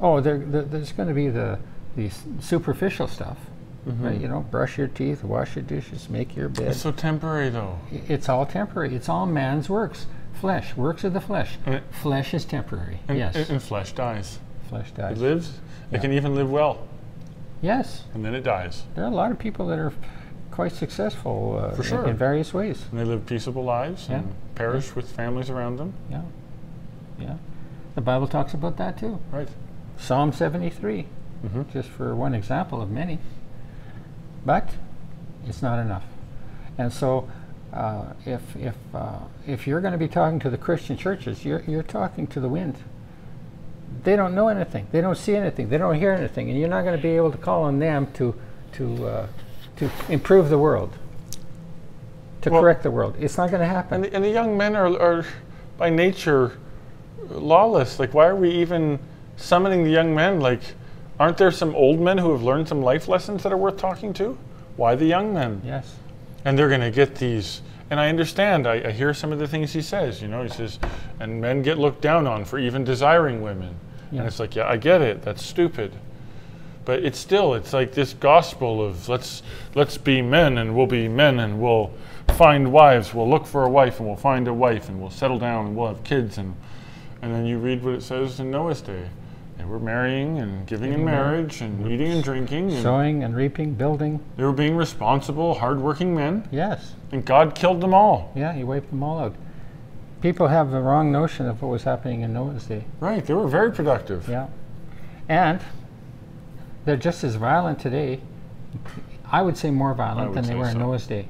A: Oh, there, there- there's going to be the, the s- superficial stuff.
B: Mm-hmm.
A: Right? You know, brush your teeth, wash your dishes, make your bed
B: It's so temporary, though.
A: it's all temporary. It's all man's works. Flesh, works of the flesh.
B: And it-
A: Flesh is temporary.
B: And,
A: yes.
B: and, and flesh dies.
A: flesh
B: It
A: dies.
B: lives. It can even live well,
A: Yes.
B: and then it dies.
A: There are a lot of people that are quite successful uh,
B: For
A: in-
B: sure.
A: in, various ways.
B: And they live peaceable lives
A: Yeah.
B: and perish with families around them.
A: Yeah. Yeah. The Bible talks about that too.
B: Right.
A: Psalm 73,
B: Mm-hmm.
A: just for one example of many. But it's not enough. And so, uh, if, if, uh, if you're going to be talking to the Christian churches, you're, you're talking to the wind. They don't know anything, they don't see anything, they don't hear anything, and you're not going to be able to call on them to, to, uh, to improve the world. To
B: Well-
A: correct the world, it's not going to
B: And
A: happen.
B: the, and the young men are, are by nature lawless. Like, why are we even summoning the young men? Like, aren't there some old men who have learned some life lessons that are worth talking to? Why the young men?
A: Yes.
B: And they're going to get these. And I understand. I, I hear some of the things he says. You know, he says, and men get looked down on for even desiring women.
A: Yeah.
B: And it's like, yeah, I get it. That's stupid. But it's still, it's like this gospel of let's let's be men and we'll be men and we'll find wives. We'll look for a wife and we'll find a wife and we'll settle down and we'll have kids and and then you read what it says in Noah's day. They were marrying and giving in marriage and eating and drinking. And
A: Sowing and reaping, building,
B: they were being responsible, hardworking men.
A: yes.
B: And God killed them all.
A: Yeah, he wiped them all out. People have the wrong notion of what was happening in Noah's day.
B: Right. They were very productive.
A: Yeah. And they're just as violent today. I would say more violent
B: would
A: than they
B: say
A: were in
B: so. Mm-hmm.
A: Noah's day.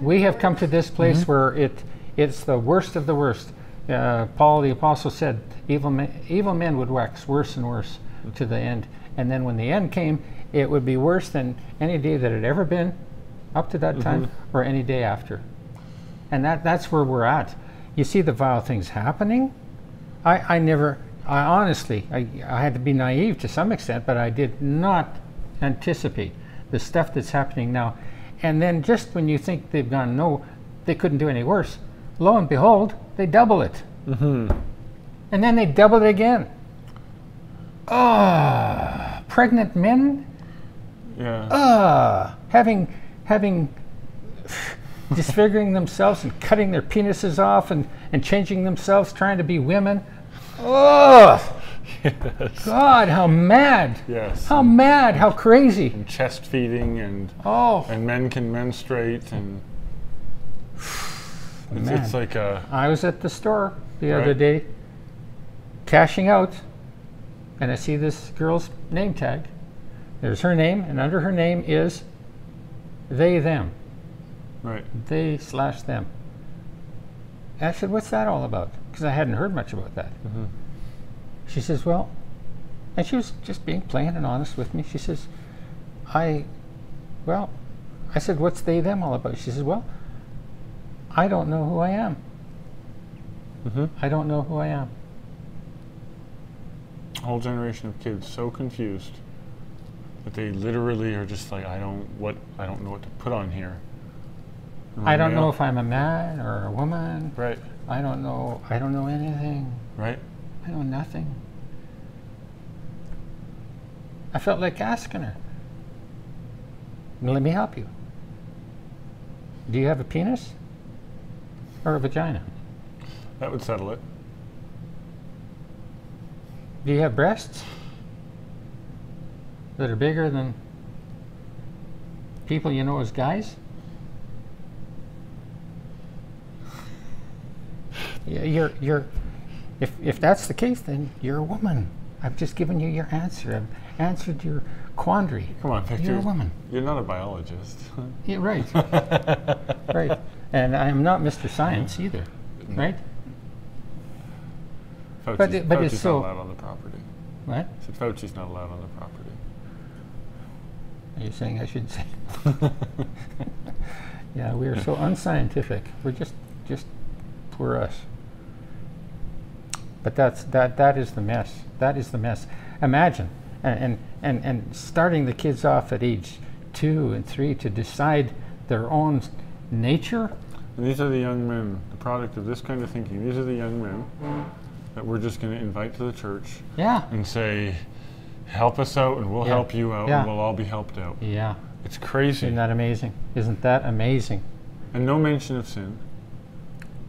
A: We have come to this place where it it's the worst of the worst. Uh, Paul the apostle said, "Evil men, evil men would wax worse and worse to the end, and then when the end came, it would be worse than any day that had ever been up to that
B: Mm-hmm.
A: time, or any day after." And that that's where we're at. You see the vile things happening. I, I never, I honestly, I, I had to be naive to some extent, but I did not anticipate the stuff that's happening now. And then just when you think they've gone, no, they couldn't do any worse, lo and behold, they double it. Mm-hmm. And then they double it again. Ah, pregnant men
B: Yeah.
A: ah, having having disfiguring themselves and cutting their penises off and, and changing themselves, trying to be women. Oh God, how mad!
B: yes.
A: How mad! How crazy!
B: And chest feeding and
A: Oh,
B: and men can menstruate and it's,
A: Man.
B: it's like a
A: I was at the store the other
B: Right.
A: day, cashing out, and I see this girl's name tag. There's her name, and under her name is they them.
B: right.
A: they slash them. And I said, what's that all about? Because I hadn't heard much about that. She says, well, and she was just being plain and honest with me. She says, I, well, I said, what's they them all about? She says, well, I don't know who I am. I don't know who I am.
B: whole generation of kids so confused that they literally are just like, I don't what I don't know what to put on here. And
A: I
B: when
A: don't
B: they
A: know
B: all-
A: if I'm a man or a woman.
B: right,
A: I don't know. I don't know anything.
B: right.
A: I know nothing. I felt like asking her, let me help you. Do you have a penis or a vagina?
B: That would settle it.
A: Do you have breasts that are bigger than people you know as guys? Yeah, You're, you're, if, if that's the case, then you're a woman. I've just given you your answer. I've answered your quandary.
B: Come on, Victor.
A: You're a woman.
B: You're not a biologist.
A: Yeah, right. right. And I'm not Mr. Science either, right?
B: Fauci's,
A: it- but
B: Fauci's
A: it's
B: not
A: so-
B: allowed on the property.
A: What?
B: I said Fauci's not allowed on the property.
A: Are you saying I should say? yeah, we are so unscientific. We're just, just poor us. But that's that. That is the mess. That is the mess. Imagine and and and, and starting the kids off at age two and three to decide their own s- nature.
B: And these are the young men, the product of this kind of thinking. These are the young men that we're just going to invite to the church
A: Yeah.
B: and say, help us out and we'll
A: Yeah.
B: help you out
A: Yeah.
B: and we'll all be helped out.
A: Yeah.
B: It's crazy.
A: Isn't that amazing? Isn't that amazing?
B: And no mention of sin.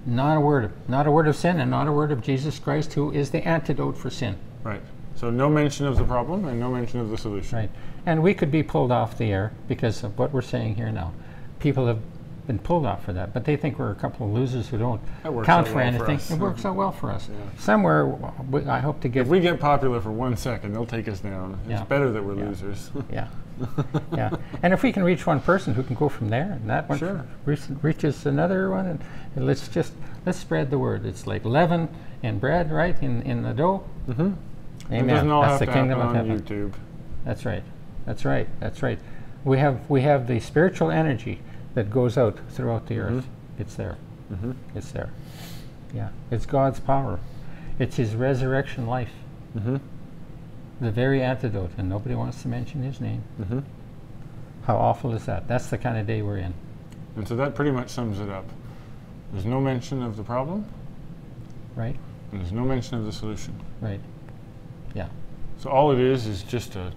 A: Not a word, of- not a word of sin, and not a word of Jesus Christ, who is the antidote for sin.
B: Right. So no mention of the problem and no mention of the solution.
A: Right. And we could be pulled off the air because of what we're saying here now. People have been pulled off for that, but they think we're a couple of losers who don't
B: That works
A: count
B: out
A: for
B: well for
A: anything.
B: us.
A: it works out well for us. Somewhere, w- w- I hope to
B: If
A: give.
B: we get popular for one second, they'll take us down.
A: Yeah.
B: It's better that we're losers.
A: yeah. yeah. And if we can reach one person who can go from there, and that one
B: Sure.
A: reach, reaches another one, and, and let's just let's spread the word. It's like leaven and bread, right, in, in the dough. Mm-hmm.
B: it
A: Amen.
B: doesn't all
A: That's
B: have
A: the
B: to
A: kingdom
B: happen
A: of
B: on
A: heaven.
B: YouTube.
A: That's right. That's right. That's right. We have we have the spiritual energy that goes out throughout the earth. It's there. Mm-hmm. It's there. Yeah. It's God's power. It's His resurrection life. Mm-hmm. The very antidote, and nobody wants to mention His name. Mm-hmm. How awful is that? That's the kind of day we're in.
B: And so that pretty much sums it up. There's no mention of the problem,
A: Right.
B: and there's no mention of the solution.
A: Right. Yeah.
B: So all it is is just a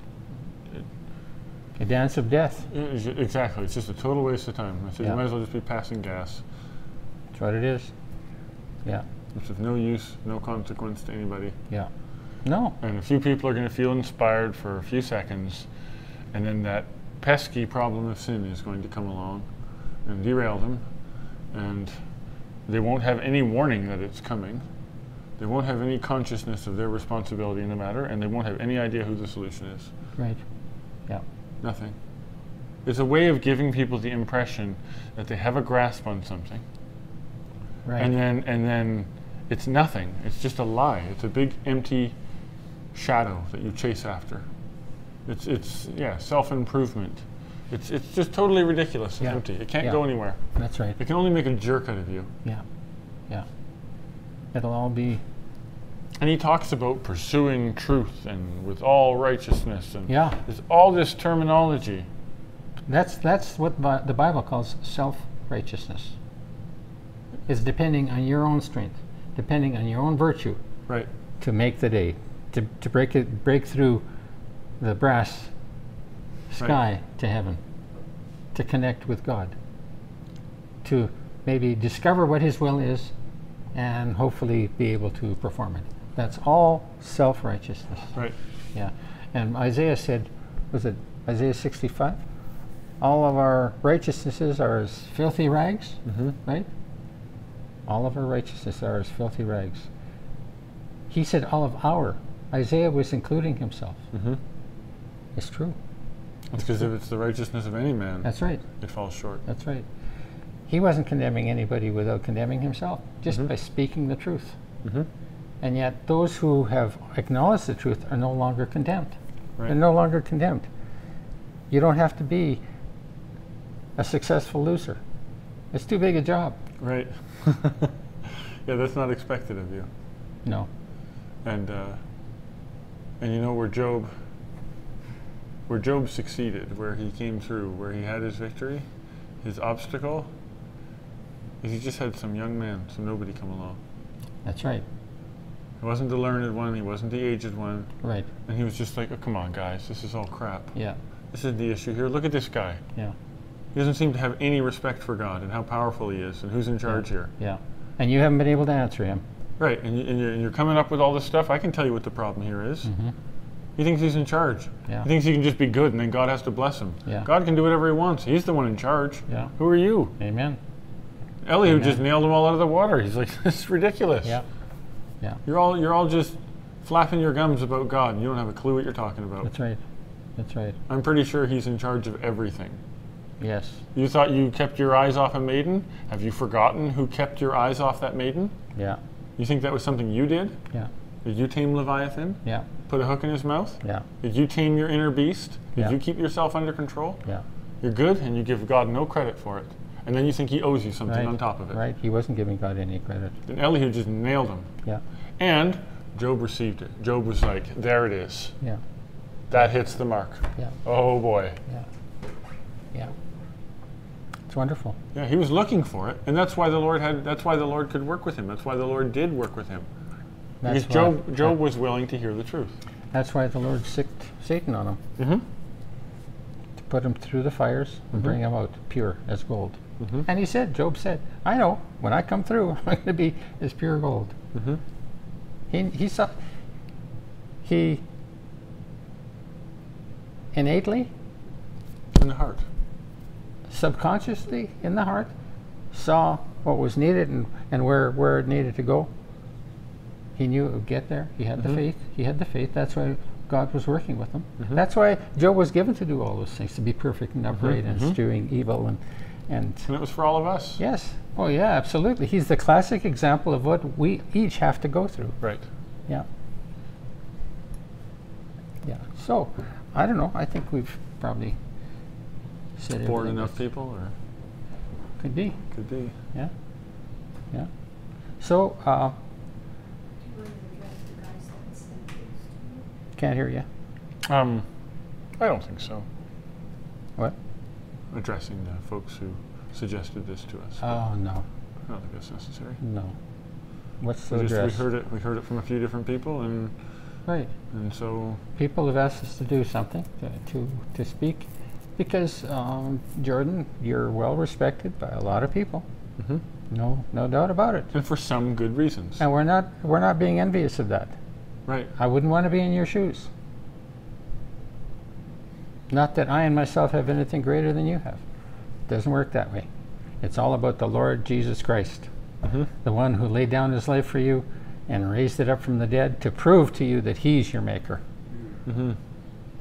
A: A dance of death.
B: it is- exactly. It's just a total waste of time. I said
A: Yeah.
B: you might as well just be passing gas.
A: That's what it is. Yeah.
B: It's of no use, no consequence to anybody.
A: Yeah. No.
B: And a few people are going to feel inspired for a few seconds, and then that pesky problem of sin is going to come along and derail them, and they won't have any warning that it's coming. They won't have any consciousness of their responsibility in the matter, and they won't have any idea who the solution is.
A: Right. Yeah.
B: Nothing. It's a way of giving people the impression that they have a grasp on something,
A: Right.
B: and then and then it's nothing. It's just a lie. It's a big empty shadow that you chase after. It's it's yeah, self improvement. It's it's just totally ridiculous and
A: Yeah.
B: empty. It can't
A: Yeah.
B: go anywhere.
A: That's right.
B: It can only make a jerk out of you.
A: Yeah, yeah. It'll all be
B: And he talks about pursuing truth and with all righteousness and
A: yeah.
B: there's all this terminology.
A: That's that's what Bi- the Bible calls self righteousness. It's depending on your own strength, depending on your own virtue
B: Right.
A: to make the day, to, to break it break through the brass sky to heaven, to connect with God, to maybe discover what His will is, and hopefully be able to perform it. That's all self righteousness.
B: Right.
A: Yeah, and Isaiah said, was it Isaiah 65? All of our righteousnesses are as filthy rags, right? All of our righteousnesses are as filthy rags. He said, all of our. Isaiah was including himself. It's true.
B: It's because if it's the righteousness of any man,
A: That's right.
B: it falls short.
A: That's right. He wasn't condemning anybody without condemning himself, just by speaking the truth. Mm-hmm. And yet, those who have acknowledged the truth are no longer condemned.
B: Right.
A: They're no longer condemned. You don't have to be a successful loser. It's too big a job.
B: Right. yeah, that's not expected of you.
A: No.
B: and uh, and you know where Job where Job succeeded, where he came through, where he had his victory, his obstacle. is He just had some young man, some nobody come along.
A: That's right.
B: He wasn't the learned one. He wasn't the aged one.
A: Right.
B: And he was just like, oh, come on, guys, this is all crap.
A: Yeah.
B: This is the issue here. Look at this guy.
A: Yeah.
B: He doesn't seem to have any respect for God and how powerful he is and who's in charge here.
A: Yeah. And you haven't been able to answer him.
B: Right, and, you, and, you're, and you're coming up with all this stuff. I can tell you what the problem here is. He thinks he's in charge.
A: Mm-hmm. Yeah.
B: He thinks he can just be good, and then God has to bless him.
A: Yeah.
B: God can do whatever he wants. He's the one in charge.
A: Yeah.
B: Who are you?
A: Amen.
B: Elihu just nailed them all out of the water. He's like, this is ridiculous.
A: Yeah.
B: You're all you're all just flapping your gums about God, and you don't have a clue what you're talking about.
A: That's right. That's right.
B: I'm pretty sure he's in charge of everything.
A: Yes.
B: You thought you kept your eyes off a maiden? Have you forgotten who kept your eyes off that maiden?
A: Yeah.
B: You think that was something you did?
A: Yeah.
B: Did you tame Leviathan?
A: Yeah.
B: Put a hook in his mouth?
A: Yeah.
B: Did you tame your inner beast? Did
A: Yeah.
B: you keep yourself under control?
A: Yeah.
B: You're good and you give God no credit for it. And then you think he owes you something
A: Right.
B: on top of it.
A: Right. He wasn't giving God any credit.
B: And Elihu just nailed him.
A: Yeah.
B: And Job received it. Job was like, there it is.
A: Yeah.
B: That hits the mark.
A: Yeah.
B: Oh boy.
A: Yeah. Yeah. It's wonderful.
B: Yeah, he was looking for it. And that's why the Lord had that's why the Lord could work with him. That's why the Lord did work with him.
A: That's
B: because
A: why,
B: Job Job was willing to hear the truth.
A: that's why the Lord sicked Satan on him. Mm-hmm. To put him through the fires and bring him out pure as gold. And he said, Job said, I know, when I come through, I'm going to be as pure gold.
B: Mhm.
A: He, he saw, he innately,
B: in the heart.
A: subconsciously, in the heart, saw what was needed and, and where, where it needed to go. He knew it would get there. He had
B: Mm-hmm.
A: the faith. He had the faith. That's why God was working with him. That's why Job was given to do all those things to be perfect and
B: Mm-hmm.
A: upright and doing evil and, and
B: And it was for all of us.
A: Yes. Oh, yeah, absolutely. He's the classic example of what we each have to go through.
B: Right.
A: Yeah. Yeah. So, I don't know. I think we've probably said
B: Bored
A: everything
B: enough people, or
A: that could be.
B: could be.
A: Yeah. Yeah. So, uh, can't hear you.
B: Um, I don't think so.
A: What?
B: Addressing the folks who suggested this to us.
A: Oh, no.
B: I don't think that's necessary.
A: No. What's the
B: We just we
A: address?
B: heard it. We heard it from a few different people, and
A: Right.
B: and so
A: people have asked us to do something to to, to speak because um, Jordan, you're well respected by a lot of people.
B: Mhm.
A: No, no doubt about it.
B: and for some good reasons.
A: Mm-hmm. And we're not we're not being envious of that.
B: Right.
A: I wouldn't want to be in your shoes. Not that I and myself have anything greater than you have. Doesn't work that way. It's all about the Lord Jesus Christ,
B: Mhm.
A: the one who laid down his life for you and raised it up from the dead to prove to you that he's your maker
B: Mm-hmm.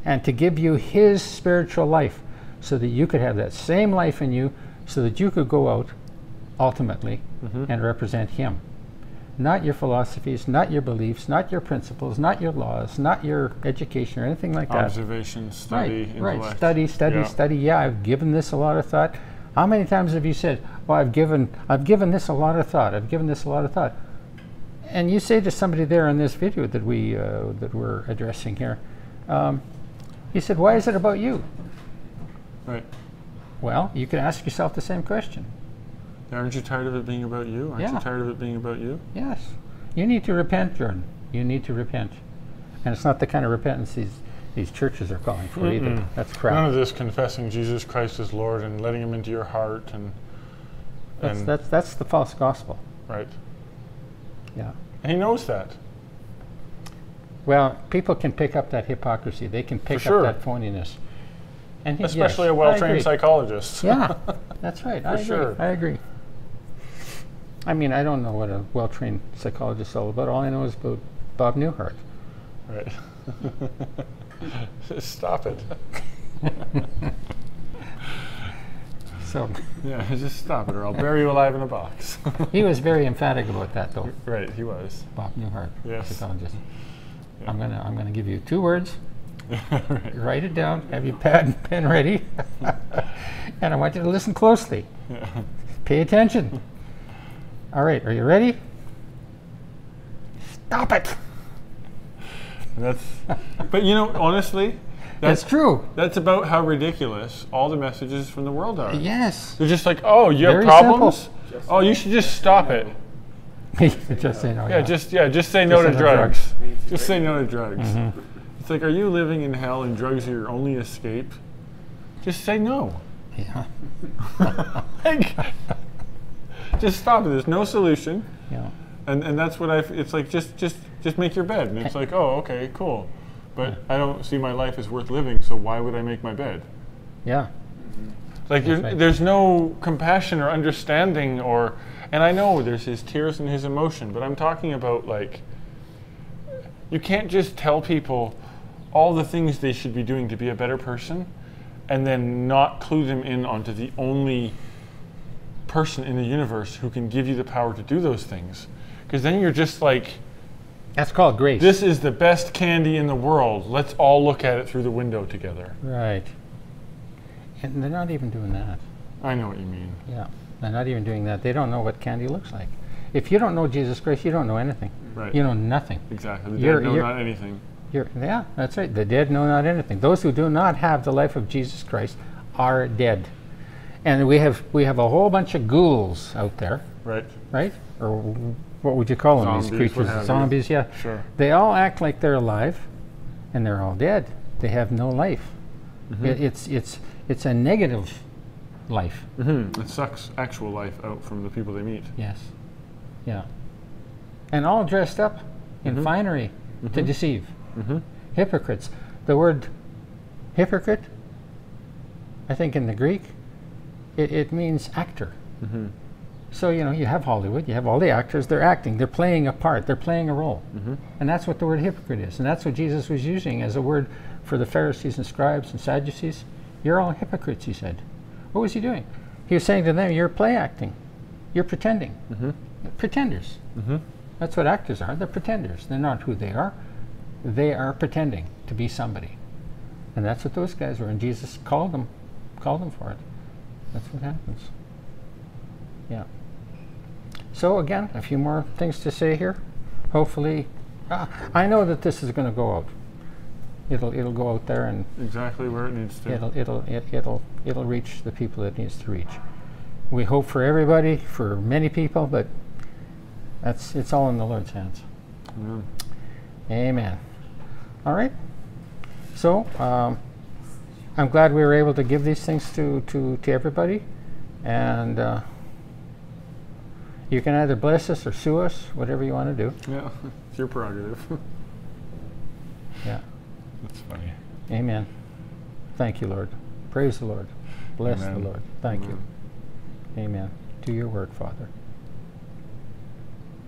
A: and to give you his spiritual life so that you could have that same life in you so that you could go out ultimately and represent him not your philosophies not your beliefs not your principles not your laws not your education or anything like that
B: Observation, study,
A: right
B: intellect.
A: right study study
B: Yeah.
A: study yeah i've given this a lot of thought how many times have you said well i've given i've given this a lot of thought i've given this a lot of thought and you say to somebody there in this video that we uh, that we're addressing here um, he said why is it about you
B: Right.
A: well you can ask yourself the same question
B: Aren't you tired of it being about you? Aren't
A: Yeah.
B: you tired of it being about you?
A: yes you need to repent jordan you need to repent and it's not the kind of repentance these these churches are calling for either that's crap
B: None of this confessing Jesus Christ as Lord and letting Him into your heart and
A: that's,
B: and
A: that's that's the false gospel
B: right.
A: yeah
B: And He knows that.
A: Well, people can pick up that hypocrisy. They can pick
B: sure.
A: up that phoniness. And he- yes,
B: especially
A: I
B: a well-trained
A: agree.
B: psychologist.
A: Yeah, that's right. I agree.
B: sure.
A: I agree. I mean, I don't know what a well-trained psychologist is all about. All I know is about Bob Newhart.
B: Right. Stop it.
A: So
B: Yeah, just stop it, or I'll bury you alive in a box.
A: he was very emphatic about that, though.
B: right, he was.
A: Bob Newhart,
B: Yes.
A: psychologist.
B: Yeah.
A: I'm gonna I'm gonna give you two words.
B: right.
A: Write it down. Have your pad and pen ready. and I want you to listen closely.
B: Yeah.
A: Pay attention. All right, are you ready? Stop it.
B: That's. But you know, honestly,
A: That's
B: that's
A: true.
B: that's about how ridiculous all the messages from the world are.
A: Yes.
B: They're just like, oh, you have
A: Very
B: problems. Oh, you should just stop it.
A: just oh, say no.
B: Yeah, just yeah, just say
A: Just say no
B: no to
A: to Mm-hmm.
B: drugs. Just say no to drugs. It's like, are you living in hell and drugs are your only escape? Just say no.
A: yeah.
B: Like, just stop it. There's no solution,
A: yeah.
B: and and that's what I. f- It's like just just just make your bed, and it's like, oh, okay, cool. But I don't see my life as worth living, so why would I make my bed?
A: Yeah.
B: Like there's,
A: right.
B: there's no compassion or understanding or, and I know there's his tears and his emotion, but I'm talking about like, you can't just tell people all the things they should be doing to be a better person, and then not clue them in onto the only person in the universe who can give you the power to do those things, because then you're just like,
A: That's called grace.
B: this is the best candy in the world. Let's all look at it through the window together.
A: right. And they're not even doing that.
B: I know what you mean.
A: Yeah. They're not even doing that. They don't know what candy looks like. If you don't know Jesus Christ, you don't know anything.
B: Right.
A: You know nothing.
B: Exactly. The
A: You're-
B: dead know
A: you're-
B: not anything.
A: You're, yeah, that's right. The dead know not anything. Those who do not have the life of Jesus Christ are dead. And we have we have a whole bunch of ghouls out there,
B: Right.
A: right? Or what would you call them? These
B: Zombies, what
A: creatures,
B: have you.
A: zombies. Yeah.
B: Sure.
A: They all act like they're alive, and
B: Mm-hmm.
A: they're all dead. They have no life. It, it's it's it's a negative life.
B: Mm-hmm. It sucks actual life out from the people they meet.
A: Yes. Yeah. And all dressed up in
B: Mm-hmm.
A: finery to deceive. Hypocrites. The word hypocrite, I think in the Greek, it, it means actor. So, you know, you have Hollywood, you have all the actors, they're acting, they're playing a part, they're playing a role. And that's what the word hypocrite is. And that's what Jesus was using as a word for the Pharisees and scribes and Sadducees. You're all hypocrites, he said. What was he doing? He was saying to them, You're play acting, you're pretending. Pretenders. That's what actors are. They're pretenders. They're not who they are. They are pretending to be somebody. And that's what those guys were. And Jesus called them, called them for it. That's what happens. Yeah. So again, a few more things to say here. Hopefully, ah, I know that this is going to go out. It'll it'll go out there and
B: Exactly where it needs to.
A: it'll it'll it, it'll it'll reach the people it needs to reach. We hope for everybody, for many people, but that's it's all in the Lord's hands.
B: Amen.
A: Amen. All right. So um, I'm glad we were able to give these things to to to everybody, and uh, you can either bless us or sue us, whatever you want to do.
B: Yeah, it's your prerogative.
A: Yeah.
B: That's funny.
A: Amen. Thank you, Lord. Praise the Lord. Bless
B: Amen.
A: the Lord. Thank
B: Amen.
A: you. Amen. Do your work, Father.